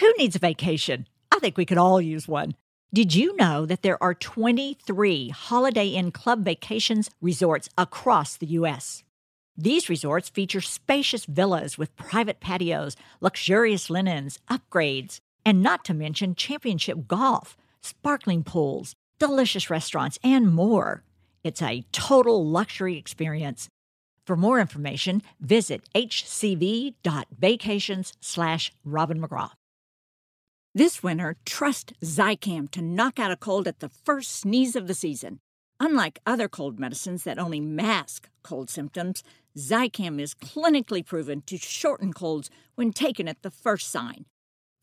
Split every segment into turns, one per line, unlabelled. Who needs a vacation? I think we could all use one. Did you know that there are 23 Holiday Inn Club Vacations resorts across the U.S.? These resorts feature spacious villas with private patios, luxurious linens, upgrades, and not to mention championship golf, sparkling pools, delicious restaurants, and more. It's a total luxury experience. For more information, visit hcv.vacations slash Robin McGraw.
This winter, trust Zycam to knock out a cold at the first sneeze of the season. Unlike other cold medicines that only mask cold symptoms, Zycam is clinically proven to shorten colds when taken at the first sign.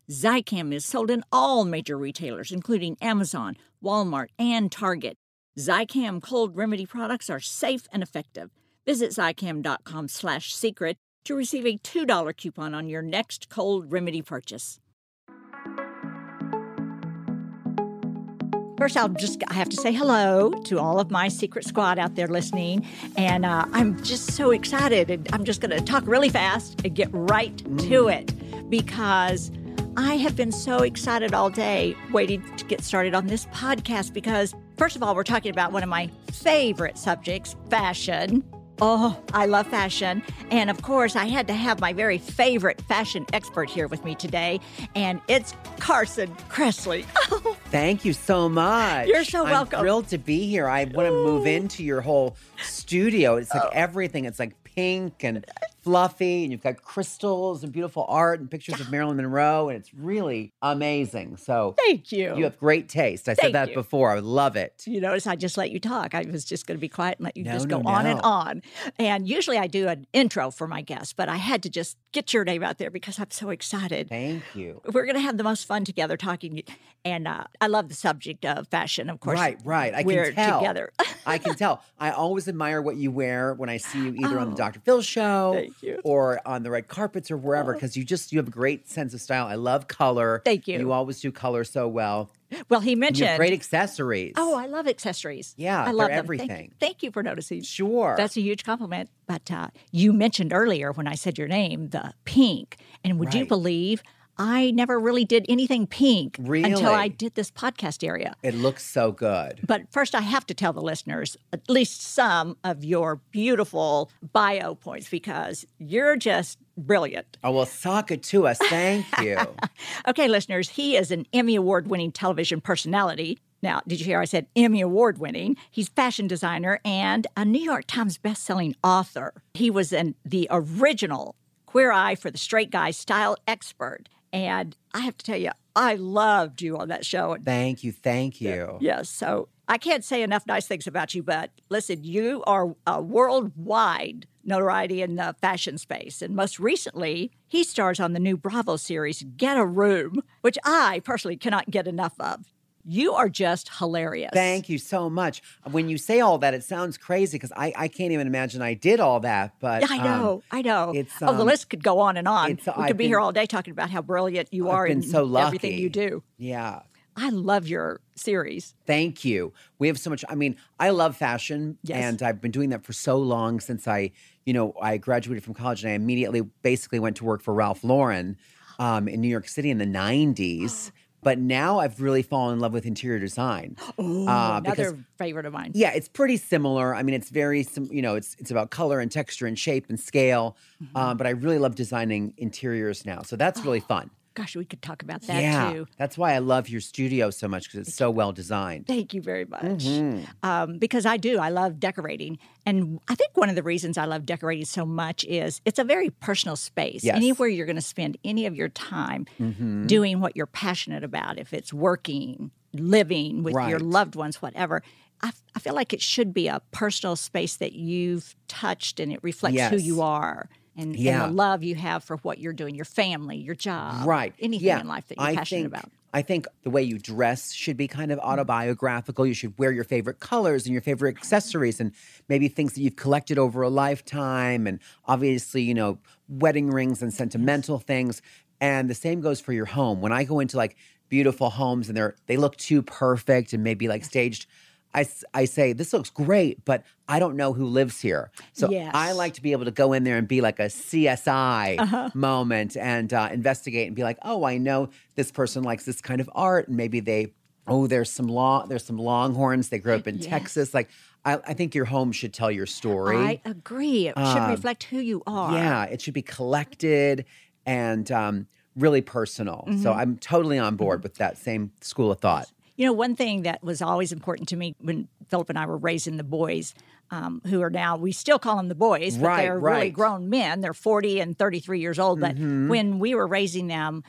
Zycam is sold in all major retailers, including Amazon, Walmart, and Target. Zycam cold remedy products are safe and effective. Visit Zycam.com slash secret to receive a $2 coupon on your next cold remedy purchase.
First, I'll just I have to say hello to all of my secret squad out there listening, and uh, I'm just so excited. And I'm just going to talk really fast and get right to it because I have been so excited all day waiting to get started on this podcast. Because first of all, we're talking about one of my favorite subjects, fashion. Oh, I love fashion. And of course, I had to have my very favorite fashion expert here with me today, and it's Carson Cressley.
Thank you so much.
You're so welcome.
I'm thrilled to be here. I want to move into your whole studio. It's like
Oh.
everything. It's like pink and fluffy, and you've got crystals and beautiful art and pictures of Marilyn Monroe, and it's really amazing. So
Thank you.
you have great taste. I
Thank
said that
you.
before. I love it.
You notice I just let you talk. I was just going to be quiet and let you
No,
just
no,
go on and
no.
on. And usually I do an intro for my guests, but I had to just get your name out there because I'm so excited.
Thank you.
We're going to have the most fun together talking. And uh, I love the subject of fashion, of course.
Right, right. I
we're
can tell.
together.
I can tell. I always admire what you wear when I see you either on
Oh,
the Dr. Phil show
thank you. Oh.
or on the red carpets or wherever because you just you have a great sense of style. I love color.
Thank you.
You always do color so well.
well, he
And you
mentioned.
have great accessories.
oh, I love accessories.
Yeah,
I
they're
love them. Thank you- Thank
everything.
you, for noticing.
sure.
That's a huge compliment. But uh, you mentioned earlier when I said your name, the pink. And would you
Right.
believe I never really did anything pink until I
Really?
did this podcast area?
it looks so good.
But first, I have to tell the listeners at least some of your beautiful bio points because you're just brilliant.
Oh well, Saka to us. Thank you.
Okay, listeners, he is an Emmy Award winning television personality. Now, did you hear I said Emmy Award winning? He's fashion designer and a New York Times best-selling author. He was in the original Queer Eye for the Straight Guy style expert. And I have to tell you, I loved you on that show.
thank you. Thank you.
Yes. So I can't say enough nice things about you, but listen, you are a worldwide notoriety in the fashion space. And most recently, he stars on the new Bravo series, Get a Room, which I personally cannot get enough of. You are just hilarious.
Thank you so much. When you say all that, it sounds crazy because I, I can't even imagine I did all that. But
I
um,
know, I know.
it's,
oh, the
um,
list could go on and on. We
it's-
could
I've
be
been-
here all day talking about how brilliant you
I've
are
been
and
so lucky.
everything you do.
Yeah.
I love your series.
Thank you. We have so much. I mean, I love fashion,
Yes.
and I've been doing that for so long since I, you know, I graduated from college, and I immediately basically went to work for Ralph Lauren um, in New York City in the '90s. But now I've really fallen in love with interior design.
Ooh,
Uh,
another
because-
favorite of mine.
Yeah, it's pretty similar. I mean, it's very, sim- you know, it's it's about color and texture and shape and scale.
Mm-hmm.
Um, but I really love designing interiors now, so that's really fun.
Gosh, we could talk about that
yeah,
too.
that's why I love your studio so much because it's so well designed.
Thank you very much.
Mm-hmm.
Um, because I do, I love decorating. And I think one of the reasons I love decorating so much is it's a very personal space.
Yes. Mm-hmm.
Anywhere you're going to spend any of your time doing what you're passionate about, if it's working, living with your
Right.
loved ones, whatever. I, f- I feel like it should be a personal space that you've touched and it reflects who
Yes.
you are and,
Yeah.
and the love you have for what you're doing, your family, your job,
right
anything
yeah.
in life that you're
I
passionate
think,
about. Mm-hmm.
i think the way you dress should be kind of autobiographical you should wear your favorite colors and your favorite accessories and maybe things that you've collected over a lifetime and obviously you know wedding rings and sentimental things and the same goes for your home when i go into like beautiful homes and they're they look too perfect and maybe like staged I, s- I say, this looks great, but I don't know who lives here. So
Yes.
I like to be able to go in there and be like a CSI
Uh-huh.
moment and uh, investigate and be like, oh, I know this person likes this kind of art. And maybe they, oh, there's some law, there's some Longhorns. They grew up in Texas. Like, I, I think your home should tell your story.
I agree. It
Um,
should reflect who you are.
Yeah, it should be collected and um, really personal. So
Mm-hmm.
I'm totally on board with that same school of thought.
You know, one thing that was always important to me when Philip and I were raising the boys, um, who are now, we still call them the boys, but
Right,
they're really
right. Mm-hmm.
grown men. They're 40 and 33 years old. But when we were raising them,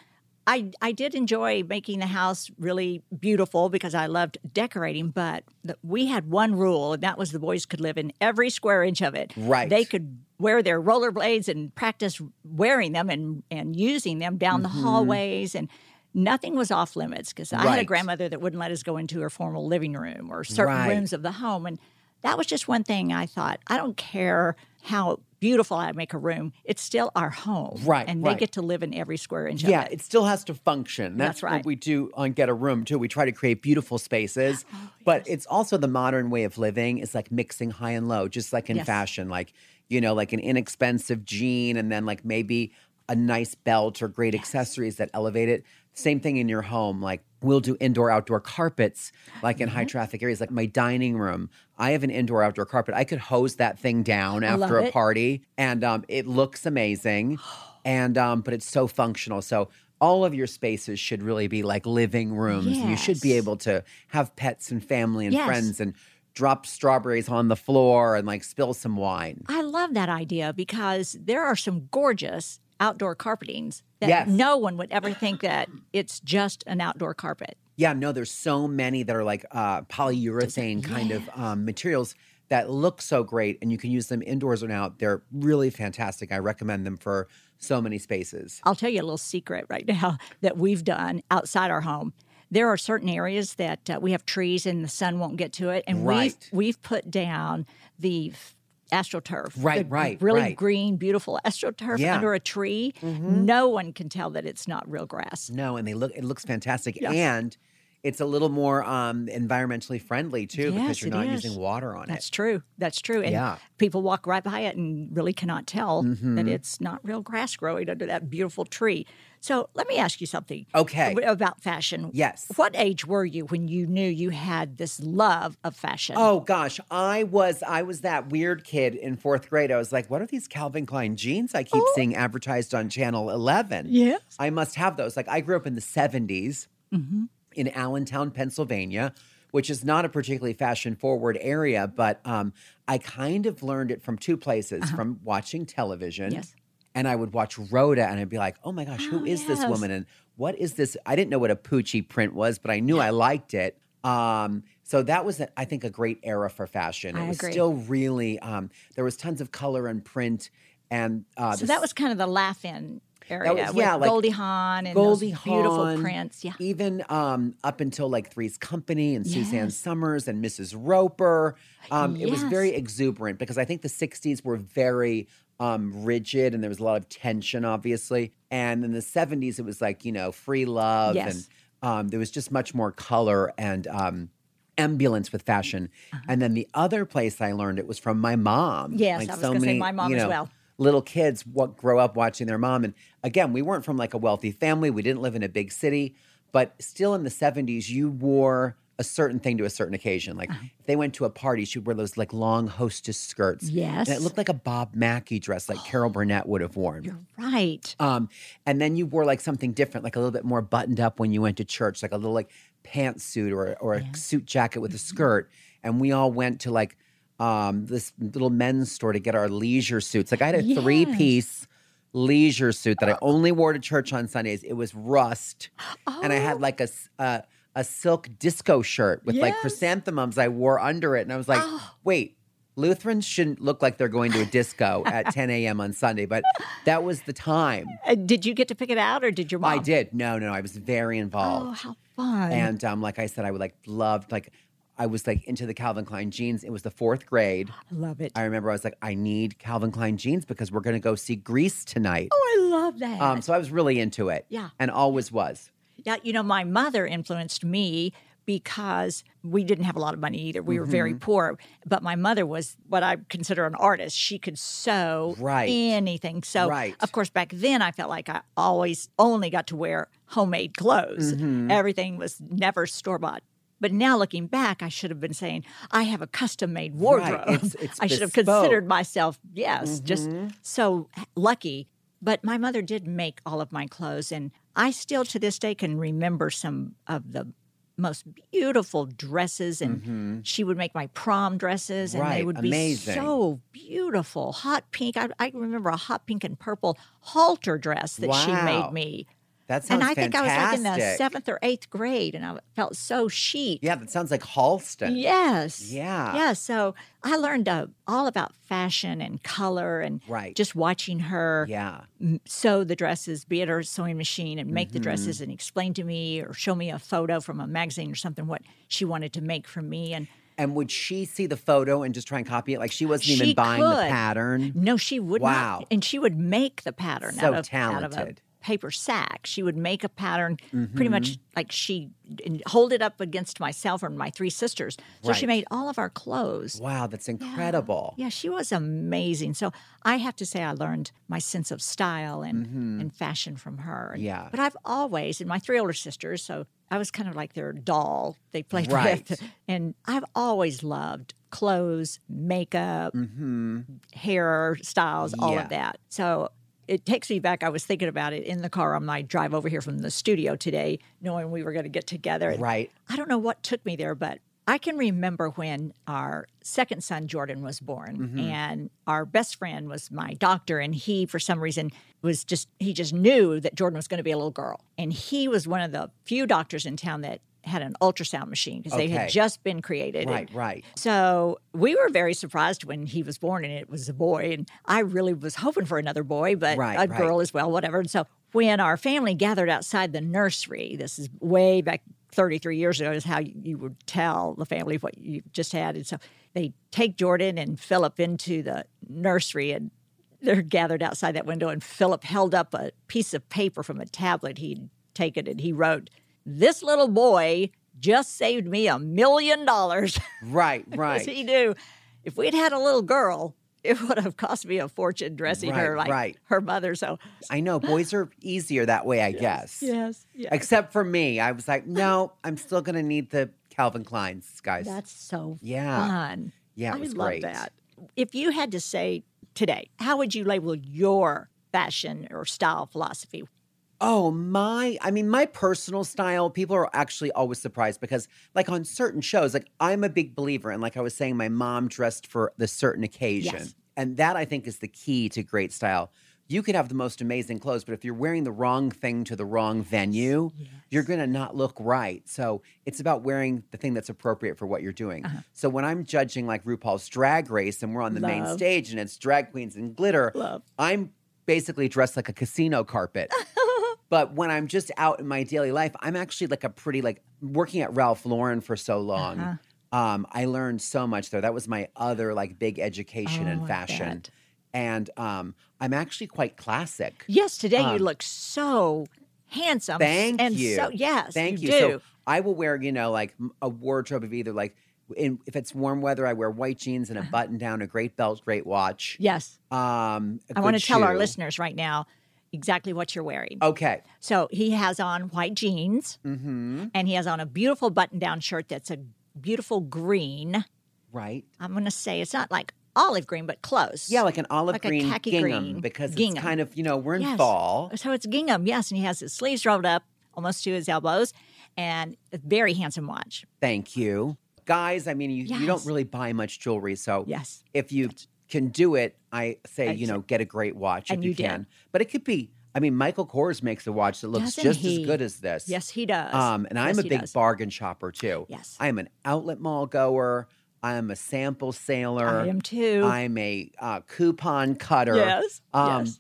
I, I did enjoy making the house really beautiful because I loved decorating, but the, we had one rule, and that was the boys could live in every square inch of it.
Right.
They could wear their rollerblades and practice wearing them and, and using them down
Mm-hmm.
the hallways and nothing was off limits because I had a
Right.
grandmother that wouldn't let us go into her formal living room or certain
Right.
rooms of the home and that was just one thing I thought I don't care how beautiful I make a room it's still our home
Right,
and
right.
they get to live in every square inch
Yeah,
of it.
it still has to function. That's,
That's right.
what we do on Get a Room too. We try to create beautiful spaces,
Oh,
but it's also the modern way of living is like mixing high and low, just like in
Yes.
fashion, like you know, like an inexpensive jean and then like maybe a nice belt or great accessories that elevate it. Same thing in your home, like we'll do indoor outdoor carpets like in high
Mm-hmm.
traffic areas like my dining room. I have an indoor outdoor carpet. I could hose that thing down
love
after a
it.
party party and um, it looks amazing and um, but it's so functional so all of your spaces should really be like living rooms and you should be
Yes.
able to have pets and family and
Yes.
friends and drop strawberries on the floor and like spill some wine
I love that idea because there are some gorgeous outdoor carpetings that
Yes.
no one would ever think that it's just an outdoor carpet.
yeah no there's so many that are like uh, polyurethane kind of um, materials that look so great and you can use them indoors and out they're really fantastic i recommend them for so many spaces
I'll tell you a little secret right now that we've done outside our home. There are certain areas that uh, we have trees and the sun won't get to it, and
Right.
we've we've put down the f- astroturf,
Right,
the
right,
really
right.
green, beautiful astroturf
Yeah. Mm-hmm.
under a tree. No one can tell that it's not real grass.
No, and they look it looks fantastic and it's a little more um environmentally friendly too
Yes,
because you're
it
not
is.
using water on
That's
it.
true. That's true. And
Yeah. Mm-hmm.
people walk right by it and really cannot tell that it's not real grass growing under that beautiful tree. So let me ask you something.
Okay.
ab- About fashion.
Yes.
What age were you when you knew you had this love of fashion?
Oh gosh, I was I was that weird kid in 4th grade. I was like, what are these Calvin Klein jeans I
Oh.
keep seeing advertised on channel 11?
Yes.
I must have those. Like I grew up in the 70s in Allentown, Pennsylvania, which is not a particularly fashion forward area, but um, I kind of learned it from two places from watching television.
Uh-huh. Yes.
And I would watch Rhoda and I'd be like, oh my gosh, who is this
yes.
woman? And what is this? I didn't know what a Poochie print was, but I knew I liked it. Um, so that was, I think, a great era for fashion. It
I
was
agree.
still really, um, there was tons of color and print. And uh,
so
the
that was kind of the laugh in area.
was-
with
yeah, like
Goldie Hawn and
Goldie
those beautiful
Hawn,
prints. Yeah.
Even um, up until like Three's Company and Suzanne Summers and Mrs. Roper. Um, It was
Uh, Yes.
very exuberant because I think the 60s were very um, rigid and there was a lot of tension, obviously. And in the 70s, it was like, you know, free love.
Yes.
And um, there was just much more color and. Um, Ambulance with fashion, and then the other place I learned it was from my mom.
Uh-huh. Yes, I was gonna say my mom
you
as well.
little kids what grow up watching their mom and again we weren't from like a wealthy family we didn't live in a big city but still in the 70s you wore a certain thing to a certain occasion like if they went to a party she'd wear those like long hostess skirts
Yes.
and it looked like a bob mackey dress like carol burnett would have worn
Right.
um, and then you wore like something different, like a little bit more buttoned up when you went to church, like a little like pantsuit or or a suit jacket with a skirt. And we all went to like um, this little men's store to get our leisure suits. Like I had a three piece leisure suit that I only wore to church on Sundays. It was rust, Oh, and
Oh.
I had like a. s- a- a silk disco shirt with like
Yes.
chrysanthemums I wore under it. And I was like, wait, Lutherans shouldn't look like they're going to a disco at 10 a.m. on Sunday, but that was the time.
Uh, did you get to pick it out or did your mom?
I did. No, no, I was very
Oh,
involved.
how fun.
and um, like I said, I would like loved like I was like into the Calvin Klein jeans. It was the fourth grade.
I love it.
I remember I was like, I need Calvin Klein jeans because we're gonna go see Grease tonight.
oh, I love that.
Um, so I was really into it.
Yeah.
And always was.
Yeah, you know, my mother influenced me because we didn't have a lot of money either. We were
Mm-hmm.
very poor, but my mother was what I consider an artist. She could sew
Right.
anything. So,
Right.
of course, back then I felt like I always only got to wear homemade clothes.
Mm-hmm.
Everything was never store bought. But now looking back, I should have been saying, I have a custom made wardrobe.
It's- it's
I should have
bespoke. Mm-hmm.
considered myself, yes, just so lucky. But my mother did make all of my clothes, and I still to this day can remember some of the most beautiful dresses. And she would make my prom dresses, and they
Mm-hmm. Right,
would be
amazing.
so beautiful hot pink. I, I remember a hot pink and purple halter dress that she
Wow.
made me.
That sounds
And I think I was like in the
fantastic.
seventh or eighth grade, and I felt so chic.
Yeah, that sounds like Halston.
Yes.
Yeah.
Yeah. So I learned uh, all about fashion and color and
Right.
just watching her
Yeah.
m- sew the dresses, be at her sewing machine and
Mm-hmm.
make the dresses and explain to me or show me a photo from a magazine or something what she wanted to make for me. And
And would she see the photo and just try and copy it? Like she wasn't even
She
buying the
could.
pattern.
no, she would
Wow.
not. And she would make the pattern
So
out, of, out of a
talented.
paper sack. She would make a pattern pretty
Mm-hmm.
much like she and hold it up against myself and my three sisters. So she
Right.
made all of our clothes.
Wow, that's incredible.
Yeah, she was amazing. So I have to say, I learned my sense of style and, and fashion from her. And-
Mm-hmm. Yeah.
But I've always, and my three older sisters, so I was kind of like their doll they played
Right.
with. And I've always loved clothes, makeup, hair styles, all
Mm-hmm. Yeah.
of that. So it takes me back. I was thinking about it in the car on my drive over here from the studio today, knowing we were going to get together. And
Right.
I don't know what took me there, but I can remember when our second son, Jordan, was born,
Mm-hmm.
and our best friend was my doctor. And he, for some reason, was just, he just knew that Jordan was going to be a little girl. And he was one of the few doctors in town that had an ultrasound machine because they
Okay.
had just been created.
Right,
And
right.
So we were very surprised when he was born and it was a boy. And I really was hoping for another boy, but
Right,
a
right.
girl as well, whatever. And so when our family gathered outside the nursery, this is way back 33 years ago, is how you, you would tell the family what you just had. And so they take Jordan and Philip into the nursery and they're gathered outside that window. And Philip held up a piece of paper from a tablet he'd taken and he wrote, This little boy just saved me a million dollars.
Right, right.
Because he knew if we'd had a little girl, it would have cost me a fortune dressing her
Right,
like
right.
her mother. So
I know boys are easier that way, I guess.
yes, yes.
Except for me. I was like, no, I'm still going to need the Calvin Klein's, guys.
that's so
Yeah.
fun.
Yeah, it
I
was
love
great.
that. If you had to say today, how would you label your fashion or style philosophy?
Oh, my. I mean, my personal style, people are actually always surprised because, like, on certain shows, like, I'm a big believer. And, like I was saying, my mom dressed for the certain occasion.
Yes.
And that I think is the key to great style. You could have the most amazing clothes, but if you're wearing the wrong thing to the wrong venue, you're going to not look right. So it's about wearing the thing that's appropriate for what you're doing.
Uh-huh.
So when I'm judging like RuPaul's drag race and we're on the main
Love.
stage and it's drag queens and glitter,
Love.
I'm basically dressed like a casino carpet. But when I'm just out in my daily life, I'm actually like a pretty like working at Ralph Lauren for so long.
Uh-huh.
Um, I learned so much there. That was my other like big education
Oh,
in
I
fashion,
bet.
and um, I'm actually quite classic.
Yes, today you
Um,
look so handsome.
Thank
and
you.
So, yes,
Thank
you,
you.
do.
So I will wear, you know, like m- a wardrobe of either like in, if it's warm weather, I wear white jeans
Uh-huh.
and a button down, a great belt, great watch.
yes,
Um, a
I want
good
to tell our
shoe.
listeners right now exactly what you're wearing.
Okay.
So he has on white jeans
Mm-hmm.
and he has on a beautiful button down shirt that's a beautiful green.
Right.
I'm going to say it's not like olive green, but close.
Yeah, like an olive
Like a
green
khaki
gingham
green
because
gingham.
it's kind of you know we're in
Yes.
fall.
So it's gingham, yes. And he has his sleeves rolled up almost to his elbows and a very handsome watch.
Thank you, guys. I mean, you, you don't
Yes.
really buy much jewelry, so
Yes.
if you can do it, I say you know get a great watch
And
if you,
you did.
can. But it could be. I mean, Michael Kors makes a watch that looks
Doesn't
just
he?
as good as this.
Yes, he does.
Um, and I'm
Yes,
a
he
big
does.
bargain shopper too.
Yes.
I am an outlet mall goer. I am a sample sailor.
I am too.
I'm a uh, coupon cutter.
yes.
Um,
yes.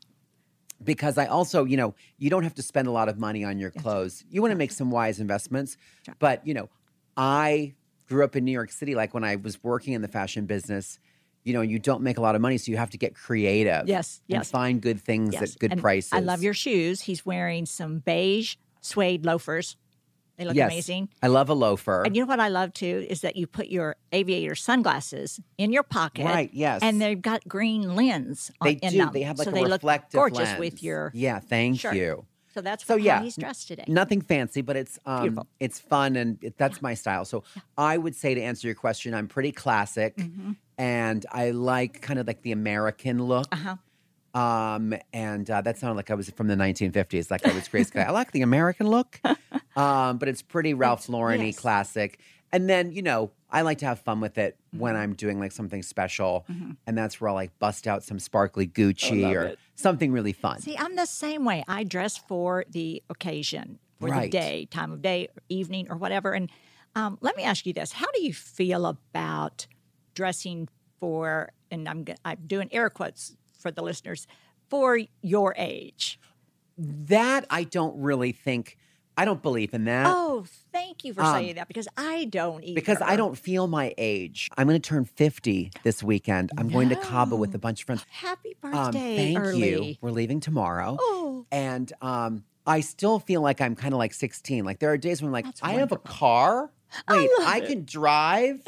Because I also, you know, you don't have to spend a lot of money on your clothes. You want to make some wise investments. But, you know, I grew up in New York City. Like when I was working in the fashion business, you know, you don't make a lot of money. So you have to get creative.
Yes,
And
yes.
find good things
Yes.
at good
And
prices.
I love your shoes. He's wearing some beige suede loafers They look
yes.
amazing.
I love a loafer.
And you know what I love too is that you put your aviator sunglasses in your pocket.
Right, yes.
And they've got green lens on
they
in
do.
them.
They have like
so
a
they
reflective
look gorgeous
lens.
with your
Yeah, thank
shirt.
you.
So that's
So
how
yeah,
he's dressed today.
Nothing fancy, but it's um,
Beautiful.
it's fun and it, that's my style. So I would say to answer your question, I'm pretty classic,
Mm-hmm.
and I like kind of like the American look.
Uh-huh.
Um, and uh, that sounded like I was from the 1950s, like I was Grace Kelly. I like the American look, um, but it's pretty Ralph Lauren
yes.
classic. And then you know I like to have fun with it
Mm-hmm.
when I'm doing like something special, and that's where I will like bust out some sparkly
Oh,
Gucci or something really fun.
See, I'm the same way. I dress for the occasion, for
Right.
the day, time of day, evening, or whatever. And um, let me ask you this: How do you feel about dressing for? And I'm g- I'm doing air quotes for the listeners for your age.
That I don't really think. I don't believe in that
Oh, thank you for saying that because I don't either.
Uh, um, because I don't feel my age. I'm going to turn 50 this weekend. I'm going to Cabo with a bunch of friends.
Happy
Um,
birthday
thank
early.
you. We're leaving tomorrow.
Oh,
And um, I still feel like I'm kind of like 16. Like there are days when I'm like
That's
I have a car. Wait, I, can drive.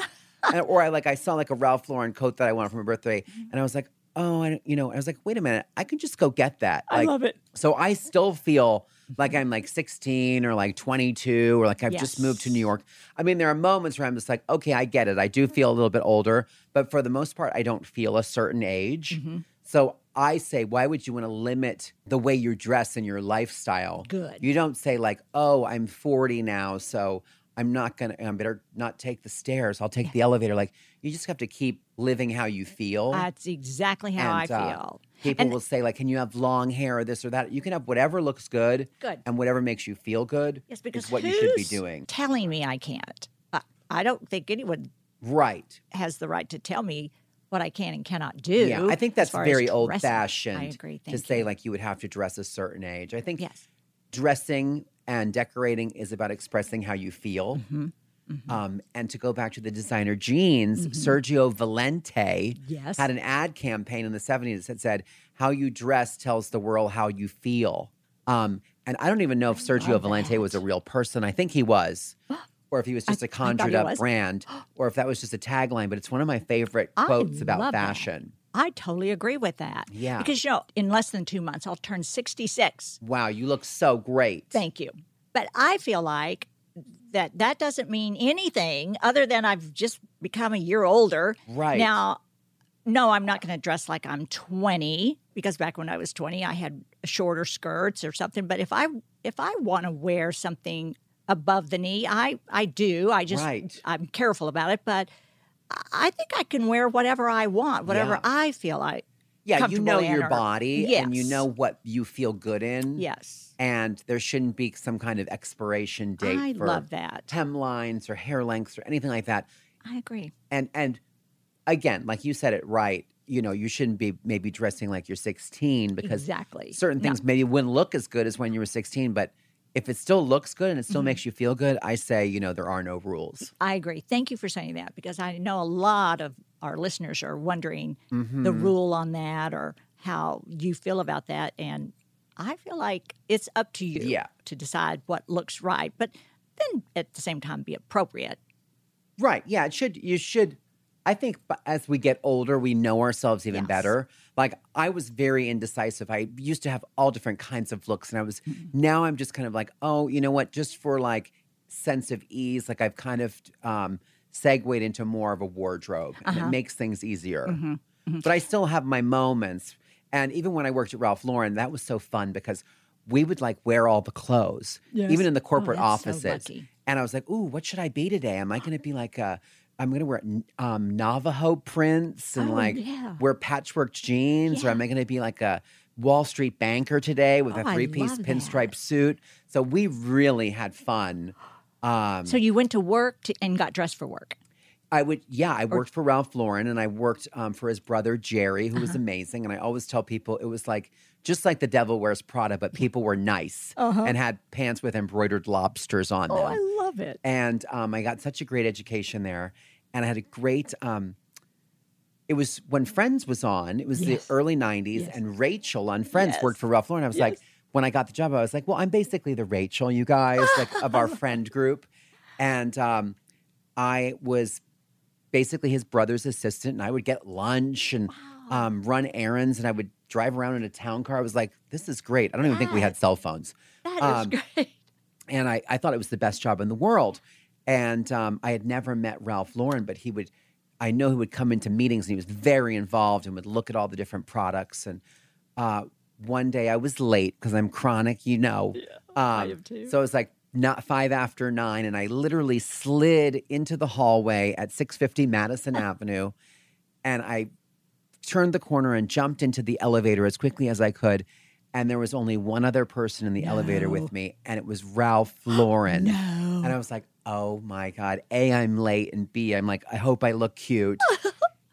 and, or I like I saw like a Ralph Lauren coat that I wanted for my birthday,
Mm-hmm.
and I was like, oh, I, don't- you know, I was like, wait a minute, I could just go get that.
I
Like,
love it.
So I still feel like I'm like 16 or like 22 or like I've just moved to New
Yes.
York. I mean, there are moments where I'm just like, okay, I get it. I do feel a little bit older, but for the most part, I don't feel a certain
Mm-hmm.
age. So I say, why would you want to limit the way you dress and your lifestyle?
Good.
You don't say like, oh, I'm 40 now, so I'm not gonna. I better not take the stairs. I'll take the elevator. Like you just have to keep living how you feel.
That's exactly how I
And, uh,
feel.
People will say, like, can you have long hair or this or that? You can have whatever looks good.
Good.
And whatever makes you feel good
Yes, because
is what you should be
who's
doing.
Telling me I can't. I, I don't think anyone
Right.
has the right to tell me what I can and cannot do.
Yeah. I think
as
that's
far as
very
dressing.
old fashioned
I agree.
to
Thank
say,
you.
like, you would have to dress a certain age. I think
yes.
dressing and decorating is about expressing how you feel.
Mm-hmm,
Um, and to go back to the designer jeans,
Mm-hmm.
Sergio Valente
Yes.
had an ad campaign in the 70s that said, How you dress tells the world how you feel. Um, and I don't even know if Sergio Valente was a real person. I think he was, or if he was just a
I thought he
conjured up
was.
brand, or if that was just a tagline. But it's one of my favorite
I
quotes about
love that.
fashion.
I totally agree with that.
Yeah.
Because, you know, in less than two months, I'll turn 66.
Wow, you look so great.
Thank you. But I feel like that that doesn't mean anything other than I've just become a year older.
Right.
Now, no, I'm not going to dress like I'm 20 because back when I was 20, I had shorter skirts or something, but if I if I want to wear something above the knee, I I do. I just
Right.
I'm careful about it, but I- I think I can wear whatever I want, whatever
Yeah.
I feel like.
Yeah, you
comfortable
know
in
your
or-
body and you
Yes.
know what you feel good in.
Yes.
And there shouldn't be some kind of expiration date
I
for
love that.
hemlines or hair lengths or anything like that.
I agree.
And and again, like you said it right, you know, you shouldn't be maybe dressing like you're 16 because
Exactly.
certain
No.
things maybe wouldn't look as good as when you were 16, but if it still looks good and it
Mm-hmm.
still makes you feel good, I say, you know, there are no rules.
I agree. Thank you for saying that because I know a lot of our listeners are wondering the
Mm-hmm.
rule on that or how you feel about that. And I feel like it's up to you
Yeah.
to decide what looks right, but then at the same time be appropriate.
Right. Yeah. It should, you should, I think b- as we get older, we know ourselves even
Yes.
better. Like I was very indecisive. I used to have all different kinds of looks, and I was,
Mm-hmm.
now I'm just kind of like, oh, you know what? Just for like sense of ease, like I've kind of um, segued into more of a wardrobe and
Uh-huh.
it makes things easier.
Mm-hmm,
But I still have my moments. And even when I worked at Ralph Lauren, that was so fun because we would like wear all the clothes, even in the corporate
Oh, that's so
offices
lucky.
and I was like, "Ooh, what should I be today? Am I going to be like a? I'm going to wear um, Navajo prints and
Oh,
like
yeah.
wear patchwork jeans, or am I going to be like a Wall Street banker today with
Oh, I
a three piece
love
pinstripe
that.
suit?" So we really had fun. Um,
So you went to work to, and got dressed for work.
I would, yeah, I worked for Ralph Lauren and I worked um, for his brother Jerry, who
Uh-huh.
was amazing. And I always tell people it was like just like the devil wears Prada, but people were nice
Uh-huh.
and had pants with embroidered lobsters on them.
love it.
and um, I got such a great education there, and I had a great. Um, it was when Friends was on. It was the early '90s, and Rachel on Friends worked for Ralph Lauren. I was like, when I got the job, I was like, well, I'm basically the Rachel, you guys, like of our friend group. And um, I was basically his brother's assistant, and I would get lunch and um, run errands, and I would drive around in a town car. I was like, this is great. I don't even think we had cell phones.
That is
Um,
great.
and I, I thought it was the best job in the world. And um, I had never met Ralph Lauren, but he would, I know he would come into meetings and he was very involved and would look at all the different products. And uh, one day I was late because I'm chronic, you know. Um, I am too. So it was like not five after nine, and I literally slid into the hallway at 650 Madison Avenue, and I turned the corner and jumped into the elevator as quickly as I could. And there was only one other person in the elevator with me, and it was Ralph Lauren. And I was like, oh my God, A, I'm late, and B, I'm like, I hope I look cute.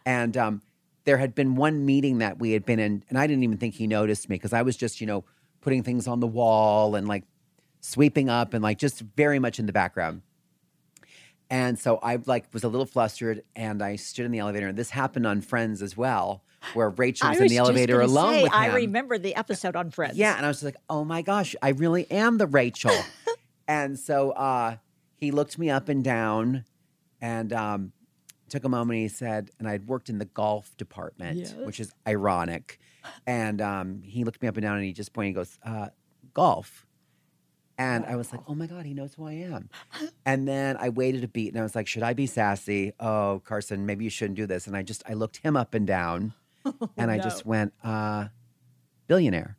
and um, there had been one meeting that we had been in, and I didn't even think he noticed me because I was just, you know, putting things on the wall and like sweeping up and like just very much in the background. And so I like was a little flustered and I stood in the elevator and this happened on Friends as well, where Rachel
I
was,
was
in the
just
elevator
gonna
alone
say,
with him.
I remember the episode on Friends.
Yeah, and I was just like, oh my gosh, I really am the Rachel. and so uh, he looked me up and down and um, took a moment. And he said, and I'd worked in the golf department, which is ironic. And um, he looked me up and down and he just pointed and goes, uh, golf. And I was like, oh my God, he knows who I am. And then I waited a beat and I was like, should I be sassy? Oh, Carson, maybe you shouldn't do this. And I just, I looked him up and down
Oh,
and I just went, uh, billionaire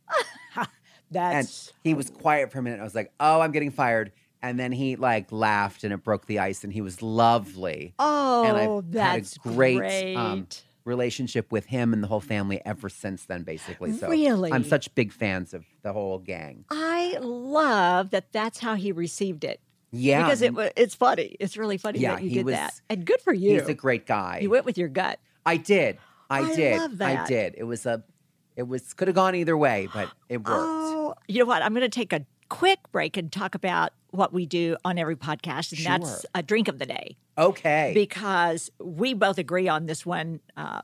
That's
and he was quiet for a minute. I was like, "Oh, I'm getting fired." And then he like laughed, and it broke the ice, and he was lovely.
oh,
and I've
that's
had a great, Um,
great.
relationship with him and the whole family ever since then, basically. So
Really?
I'm such big fans of the whole gang.
I love that. That's how he received it
Yeah,
because it wa- it's funny. It's really funny
Yeah,
that you
he
did
was-
that, and good for you.
he's a great guy.
you went with your gut.
I did. I,
I
did.
love
I
that.
did. It was a. It was could have gone either way, but it worked.
Oh, you know what? I'm going to take a quick break and talk about what we do on every podcast, and that's
Sure.
a drink of the day.
okay.
because we both agree on this one uh,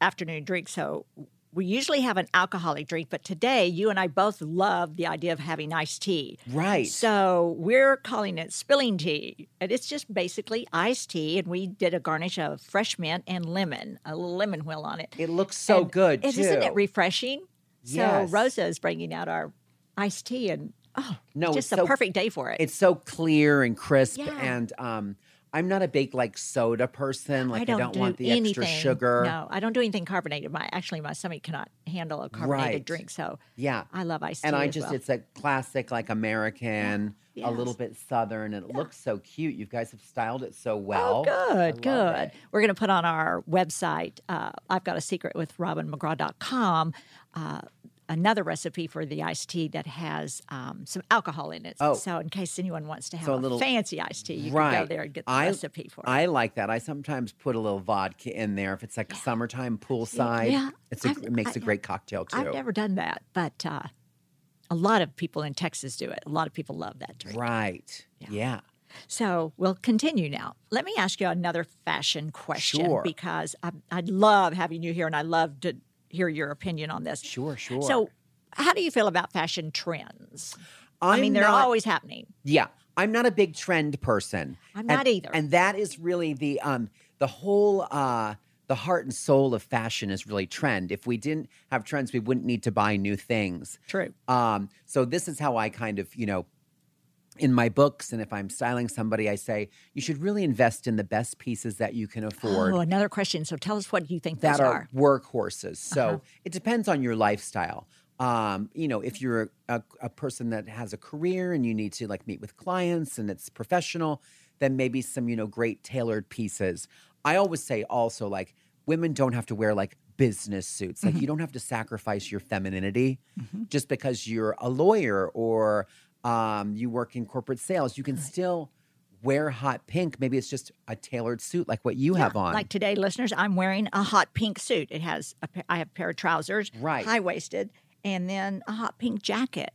afternoon drink. So we usually have an alcoholic drink, but today you and I both love the idea of having iced tea.
right.
So we're calling it spilling tea, and it's just basically iced tea. And we did a garnish of fresh mint and lemon, a little lemon wheel on it.
it looks so
And
good
it-
too.
Isn't it refreshing?
Yes.
So Rosa is bringing out our iced tea, and oh,
No,
just
it's
a
so-
perfect day for it.
it's so clear and crisp
Yeah.
and um I'm not a big like soda person. Like I don't,
do
want the
anything.
extra sugar.
No, I don't do anything carbonated. My actually, my stomach cannot handle a carbonated
Right.
drink, so
Yeah.
I love iced
and
tea.
I
as
just
well.
it's a classic like American, a little
Yes.
bit southern and it looks so cute. You guys have styled it so well.
oh, good,
I love
good.
it.
We're going to put on our website. Uh, I've got a secret with RobinMcGraw.com. Uh, Another recipe for the iced tea that has um, some alcohol in it.
Oh.
So, in case anyone wants to have
So a
a,
little-
fancy iced tea, you can
right.
go there and get the
I-
recipe for it.
I like that. I sometimes put a little vodka in there if it's like summertime poolside.
yeah.
It's a,
I've-
it
I-
makes a great cocktail too.
I've never done that, but uh, a lot of people in Texas do it. A lot of people love that drink.
right. yeah.
So we'll continue now. Let me ask you another fashion question
Sure.
because I, I love having you here and I love to hear your opinion on this.
Sure, sure.
So, how do you feel about fashion trends? I
I'm
mean, they're
not-
always happening.
Yeah, I'm not a big trend person.
I'm
And-
not either.
And that is really the um the whole uh the heart and soul of fashion is really trend. If we didn't have trends, we wouldn't need to buy new things.
True.
Um so this is how I kind of, you know, in my books and if I'm styling somebody, I say you should really invest in the best pieces that you can afford
Oh, another question. So, tell us what you think
that
those are. Uh-huh.
are workhorses. So it depends on your lifestyle. Um, you know, if you're a, a person that has a career and you need to like meet with clients and it's professional, then maybe some, you know, great tailored pieces. I always say also like women don't have to wear like business suits.
Mm-hmm.
Like you don't have to sacrifice your femininity just because you're a lawyer or um, you work in corporate sales. You can still wear hot pink. Maybe it's just a tailored suit like what you have on.
Like today, listeners, I'm wearing a hot pink suit. It has a, pa- I have a pair of trousers,
Right.
high waisted, and then a hot pink jacket,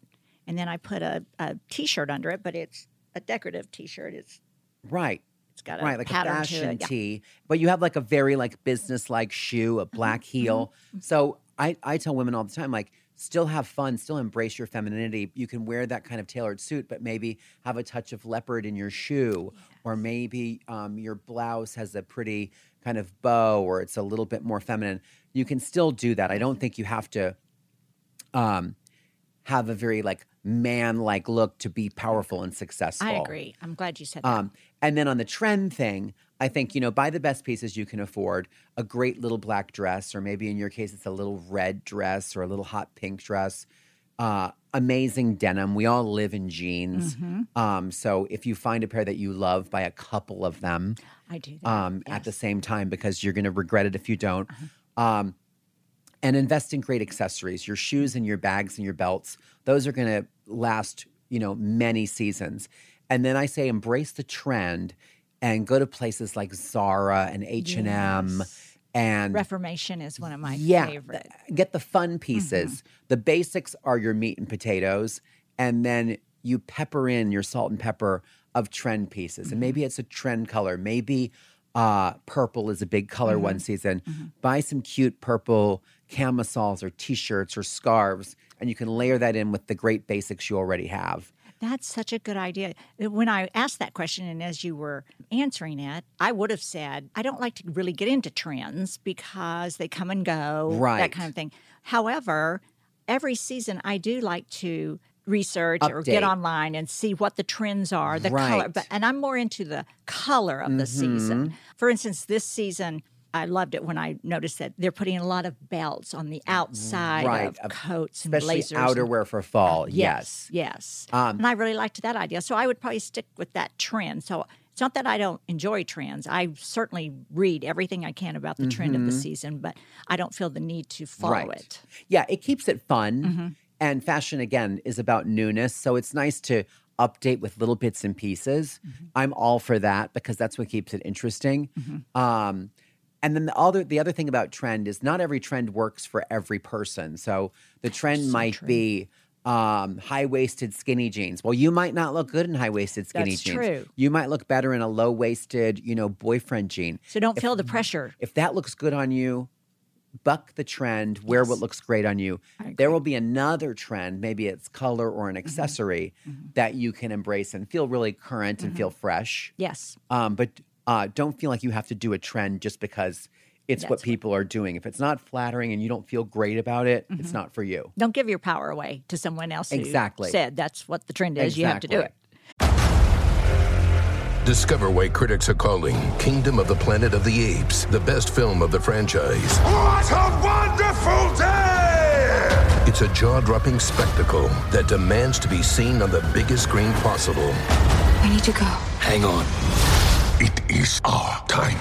and then I put a, a t-shirt under it, but it's a decorative t-shirt. It's
right.
it's got a
right, like a
pattern to
fashion
it. Yeah.
tee, but you have like
Mm-hmm,
a very like business like shoe, a black heel. So I I tell women all the time like still have fun, still embrace your femininity. You can wear that kind of tailored suit, but maybe have a touch of leopard in your shoe, or maybe um, your blouse has a pretty kind of bow, or it's a little bit more feminine. You can still do that. I don't think you have to um, have a very like man like look to be powerful and successful.
I agree. I'm glad you said that.
Um, and then on the trend thing, I think, you know, buy the best pieces you can afford a great little black dress, or maybe in your case, it's a little red dress or a little hot pink dress. Uh, amazing denim. We all live in jeans.
Mm-hmm.
Um, so if you find a pair that you love, buy a couple of them
I do. That.
um, at the same time because you're going to regret it if you don't. Um, and invest in great accessories, your shoes and your bags and your belts. Those are going to last, you know, many seasons. And then I say embrace the trend and go to places like Zara and H&M and
Reformation is one of my
yeah, th-
favorite.
get the fun pieces.
Mm-hmm.
The basics are your meat and potatoes, and then you pepper in your salt and pepper of trend pieces. And
Mm-hmm.
maybe it's a trend color. Maybe uh, purple is a big color
Mm-hmm.
one season. Buy some cute purple camisoles or t-shirts or scarves, and you can layer that in with the great basics you already have.
That's such a good idea. Uh, When I asked that question, and as you were answering it, I would have said, I don't like to really get into trends because they come and go, that
Right.
kind of thing. However, every season I do like to research or get
Update.
online and see what the trends are, the color.
Right. Mm-hmm.
But, and I'm more into the color of the season. For instance, this season, I loved it when I noticed that they're putting a lot of belts on the outside
Right,
of,
of-
coats and
Especially
blazers. and
outerwear for fall. Yes.
Yes.
Um,
and I really liked that idea. So I would probably stick with that trend. So it's not that I don't enjoy trends. I certainly read everything I can about the trend of the season, but I don't feel the need to follow
Mm-hmm. Right.
it.
Yeah, it keeps it fun.
Mm-hmm.
And fashion, again, is about newness. So it's nice to update with little bits and pieces.
Mm-hmm.
I'm all for that because that's what keeps it interesting.
Mm-hmm.
Um, and then the other the other thing about trend is not every trend works for every person. So the trend might be um, high waisted skinny jeans. Well, you might not look good in high waisted skinny
That's
jeans.
true.
You might look better in a low waisted, you know, boyfriend jean
So don't feel the pressure.
if that looks good on you, buck the trend, wear what looks great on you. There will be another trend, maybe it's color or
Mm-hmm.
an accessory that you can embrace and feel really current and feel fresh.
Mm-hmm. Yes.
Um, but uh, don't feel like you have to do a trend just because it's what people are doing. If it's not flattering and you don't feel great about it,
Mm-hmm.
it's not for you.
Don't give your power away to someone else who
Exactly.
said that's what the trend is. You have to do it.
Exactly.
Discover why critics are calling Kingdom of the Planet of the Apes the best film of the franchise.
What a wonderful day!
It's a jaw dropping spectacle that demands to be seen on the biggest screen possible.
We need to go.
Hang on. It is our time.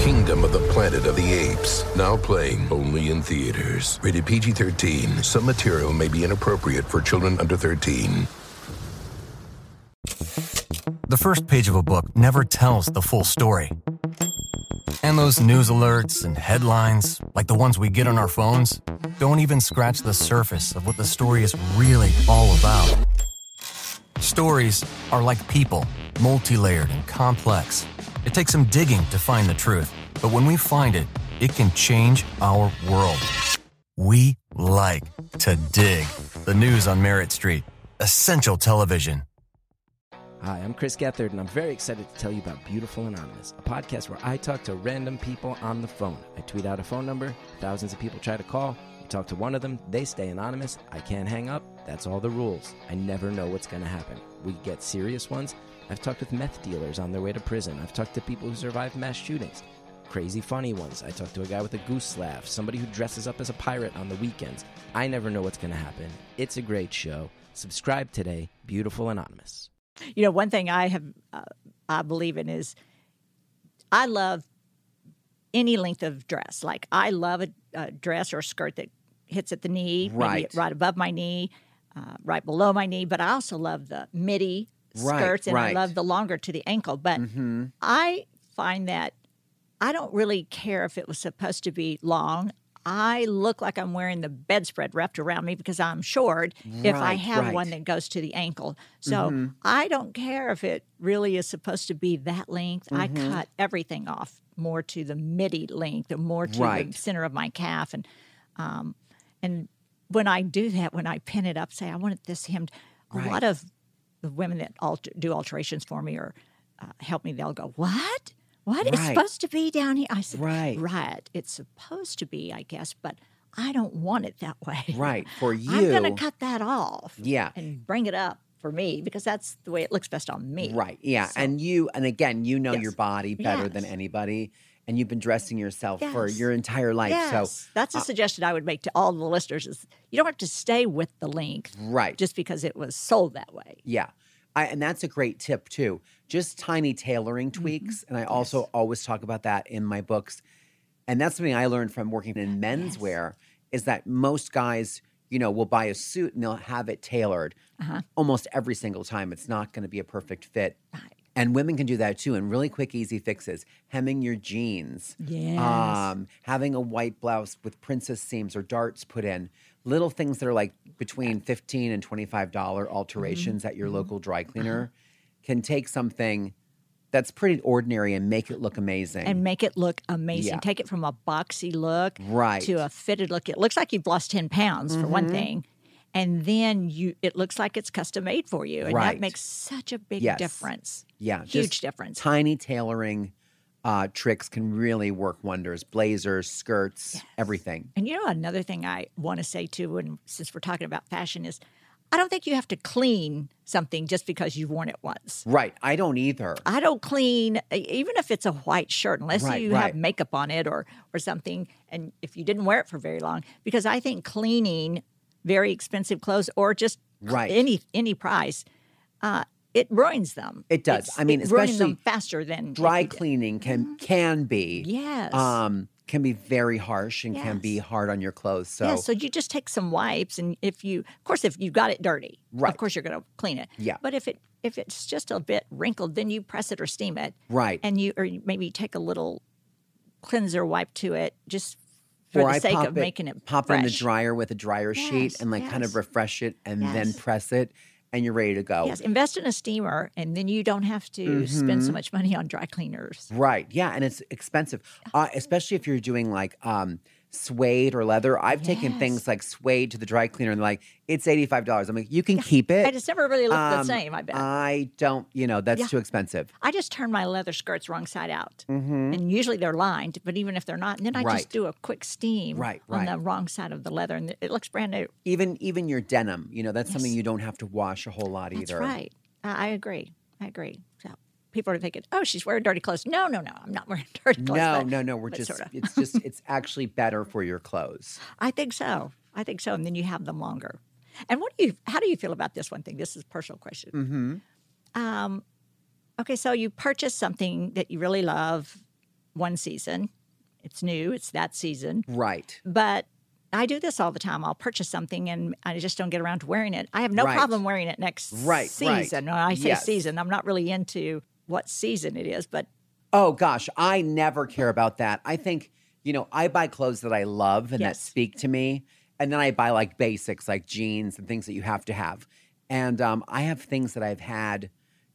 Kingdom of the Planet of the Apes. Now playing only in theaters. Rated PG 13. Some material may be inappropriate for children under 13.
The first page of a book never tells the full story. And those news alerts and headlines, like the ones we get on our phones, don't even scratch the surface of what the story is really all about. Stories are like people, multi layered and complex. It takes some digging to find the truth, but when we find it, it can change our world. We like to dig. The news on Merritt Street, essential television.
Hi, I'm Chris Gethard, and I'm very excited to tell you about Beautiful Anonymous, a podcast where I talk to random people on the phone. I tweet out a phone number, thousands of people try to call. I talk to one of them, they stay anonymous. I can't hang up. That's all the rules. I never know what's going to happen. We get serious ones. I've talked with meth dealers on their way to prison. I've talked to people who survived mass shootings. Crazy funny ones. I talked to a guy with a goose laugh, somebody who dresses up as a pirate on the weekends. I never know what's going to happen. It's a great show. Subscribe today, Beautiful Anonymous.
You know, one thing I have, uh, I believe in is, I love any length of dress. Like I love a, a dress or a skirt that hits at the knee, maybe
Right.
right above my knee, uh, right below my knee. But I also love the midi
Right,
skirts, and
right. Mm-hmm.
I love the longer to the ankle. But I find that I don't really care if it was supposed to be long. I look like I'm wearing the bedspread wrapped around me because I'm short if I
Right,
have
right.
one that goes to the ankle. So
Mm-hmm.
I don't care if it really is supposed to be that length.
Mm-hmm.
I cut everything off more to the midi length and more to
Right.
the center of my calf and um, and when I do that, when I pin it up, say I wanted this hymn, a lot of the women that alter, do alterations for me or uh, help me, they'll go, "What? What? It's
Right.
supposed to be down here?" I said,
Right.
right. It's supposed to be, I guess, but I don't want it that way.
Right. For you.
I'm going to cut that off.
Yeah.
and bring it up for me because that's the way it looks best on me.
Right. Yeah. And you, and again, you know your body better than
Yes.
anybody, and you've been dressing yourself for
Yes.
your entire life.
Yes,
So, uh,
that's a suggestion I would make to all the listeners: is you don't have to stay with the length,
Right.
Just because it was sold that way.
yeah. I, and that's a great tip too. Just tiny tailoring tweaks. And I also always talk about that in my books. And that's something I learned from working
Ah,
in menswear is that most guys, you know, will buy a suit and they'll have it tailored
Uh-huh.
almost every single time. It's not going to be a perfect fit. And women can do that too in really quick, easy fixes. Hemming your jeans.
Yes.
Um, having a white blouse with princess seams or darts put in. Little things that are like between fifteen and twenty-five dollar
Mm-hmm.
alterations at your local dry
Uh-huh.
cleaner can take something that's pretty ordinary and make it look amazing.
And make it look amazing.
Yeah.
Take it from a boxy look
Right. Mm-hmm.
to a fitted look. It looks like you've lost 10 pounds for one thing. And then you it looks like it's custom made for you. And
Right.
that makes such a big
Yes.
difference.
Yeah,
Huge
just
difference.
Tiny tailoring uh, tricks can really work wonders. Blazers, skirts, everything.
And you know, another thing I want to say too, and since we're talking about fashion, is I don't think you have to clean something just because you've worn it once.
Right. I don't either.
I don't clean, e- even if it's a white shirt, unless
Right,
you
right.
have makeup on it or or something. And if you didn't wear it for very long, because I think cleaning very expensive clothes or just cl-
Right.
any any price, uh, it ruins them.
It does.
It's-
I mean,
it ruins them
especially
faster than if
Dry
you did.
cleaning can can be
Yes.
um can be very harsh and can be
Yes.
hard on your clothes. So
Yeah, so you just take some wipes, and if you, of course, if you got it dirty,
Right.
of course you're going to clean it.
Yeah.
But if it if it's just a bit wrinkled, then you press it or steam it.
Right.
And you or you maybe take a little cleanser wipe to it, just for
or
the
I
sake
pop
of making it
pop it in the
fresh.
dryer with a dryer sheet
Yes,
and like kind of
yes.
refresh it and then
Yes.
press it and you're ready to go.
Yes, invest in a steamer, and then you don't have to spend
Mm-hmm.
so much money on dry cleaners.
Right. Yeah, and it's expensive,
Oh,
uh, especially if you're doing like um suede or leather. I've taken things like suede to the dry cleaner and like it's eighty five dollars. I'm like, you can keep it.
And it's never really looked the
Um,
same. I bet.
I don't. You know, that's too expensive.
I just turn my leather skirts wrong side out. And usually they're lined, but even if they're not, and then I
Mm-hmm. Right.
just do a quick steam
Right,
on the
right.
wrong side of the leather and it looks brand new.
Even even your denim. You know, that's something you don't have to wash a whole lot
That's
either.
right. I I agree. I agree. So people are thinking, oh, she's wearing dirty clothes. No, no, no. I'm not wearing dirty clothes.
No,
but-
no, no. We're
but
just.
sorta.
It's just. It's actually better for your clothes.
I think so. I think so. And then you have them longer. And what do you? How do you feel about this one thing? This is a personal question. Mm-hmm. Um, okay, so you purchase something that you really love one season. It's new. It's that season.
Right.
but I do this all the time. I'll purchase something and I just don't get around to wearing it. I have no
Right.
problem wearing it next
Right, right.
season. When I say
Yes.
season, I'm not really into what season it is, but
Oh gosh, I never care about that. I think, you know, I buy clothes that I love and
Yes.
that speak to me. And then I buy like basics like jeans and things that you have to have. And um, I have things that I've had,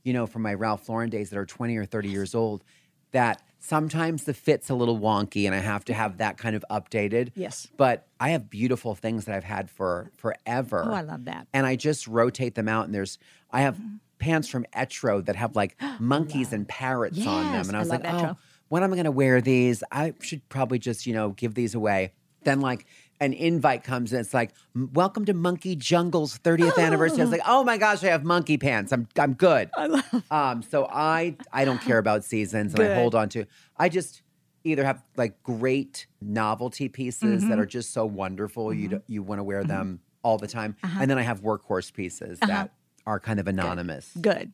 you know, from my Ralph Lauren days that are 20 or 30 years old that sometimes the fit's a little wonky and I have to have that kind of updated.
Yes.
But I have beautiful things that I've had for forever
oh, I love that.
and I just rotate them out. And there's, I have pants from Etro that have like monkeys and parrots on them.
Yes,
And I
I
was
love
like,
Etro.
oh, when am I going to wear these? I should probably just, you know, give these away. Then, like, an invite comes and it's like, "M- welcome to Monkey Jungle's 30th anniversary. I was like, oh my gosh, I have monkey pants. I'm, I'm good. I love um, so I, I don't care about seasons and I hold on to, I just either have like great novelty pieces
Mm-hmm.
that are just so wonderful. You, d- you want to wear them all the time.
Uh-huh.
And then I have workhorse pieces that are kind of anonymous.
Good.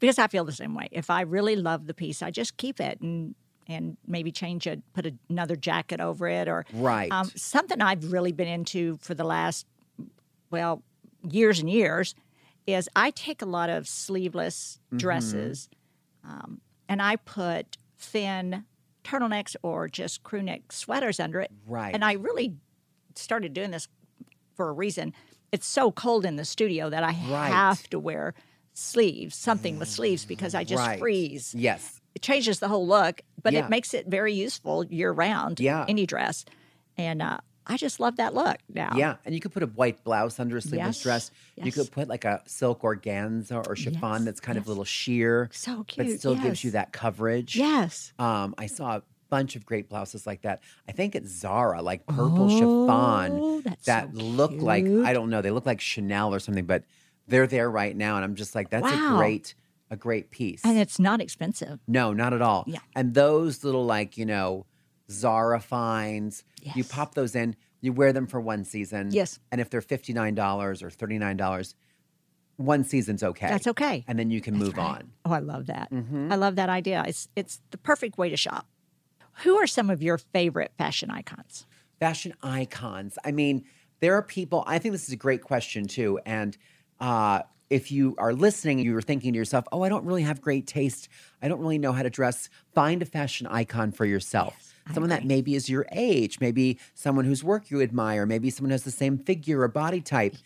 Because I feel the same way. If I really love the piece, I just keep it and and maybe change it, put another jacket over it or
Right.
um, something I've really been into for the last well, years and years is I take a lot of sleeveless
Mm-hmm.
dresses um, and I put thin turtlenecks or just crew neck sweaters under it.
Right.
And I really started doing this for a reason. It's so cold in the studio that I
Right.
have to wear sleeves, something with sleeves, because I just
Right.
freeze.
Yes.
It changes the whole look, but
Yeah.
it makes it very useful year round.
Yeah.
Any dress. And uh, I just love that look now.
Yeah, and you could put a white blouse under a sleeveless
Oh. Yes,
dress. You
yes.
could put like a silk organza or chiffon
Yes,
that's kind of
yes.
a little sheer,
So
but
cute.
still gives
yes.
you that coverage.
Yes.
Um, I saw a bunch of great blouses like that. I think at Zara, like purple chiffon
Oh, that's
that
so
look like
cute.
I don't know, they look like Chanel or something, but they're there right now, and I'm just like, that's a
Wow.
great, a great piece.
and it's not expensive.
No, not at all.
Yeah.
And those little like, you know, Zara finds, you
Yes.
pop those in, you wear them for one season.
Yes.
And if they're $59 or $39, one season's okay.
That's okay.
And Mm-hmm. then you can move
right.
on.
Oh, I love that. I love that idea. It's it's the perfect way to shop. Who are some of your favorite fashion icons?
Fashion icons. I mean, there are people, I think this is a great question too. And uh, if you are listening, you were thinking to yourself, oh, I don't really have great taste. I don't really know how to dress. Find a fashion icon for yourself. someone that maybe is your age, maybe someone whose work you admire, maybe someone who has the same figure or body type,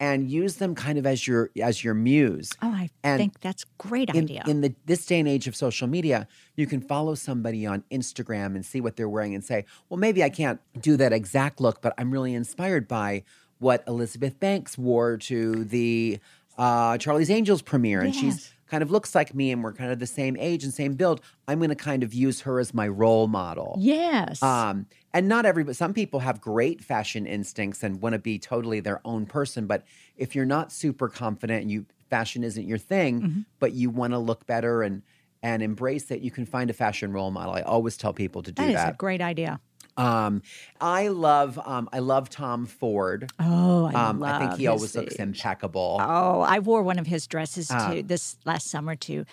and use them kind of as your as your muse.
Oh, I
And
think that's a great
in,
idea.
in the this day and age of social media, you can follow somebody on Instagram and see what they're wearing and say, well, maybe I can't do that exact look, but I'm really inspired by what Elizabeth Banks wore to the uh, Charlie's Angels premiere, and she's kind of looks like me, and we're kind of the same age and same build. I'm going to kind of use her as my role model.
yes.
Um, and not every, but some people have great fashion instincts and want to be totally their own person. But if you're not super confident and you fashion isn't your thing,
Mm-hmm.
but you want to look better and and embrace it, you can find a fashion role model. I always tell people to do
that is
that.
a great idea.
um, I love um, I love Tom Ford.
Oh, I
um,
love
I think he
his
always Ah. looks
suit.
impeccable.
Oh, I wore one of his dresses to this last summer to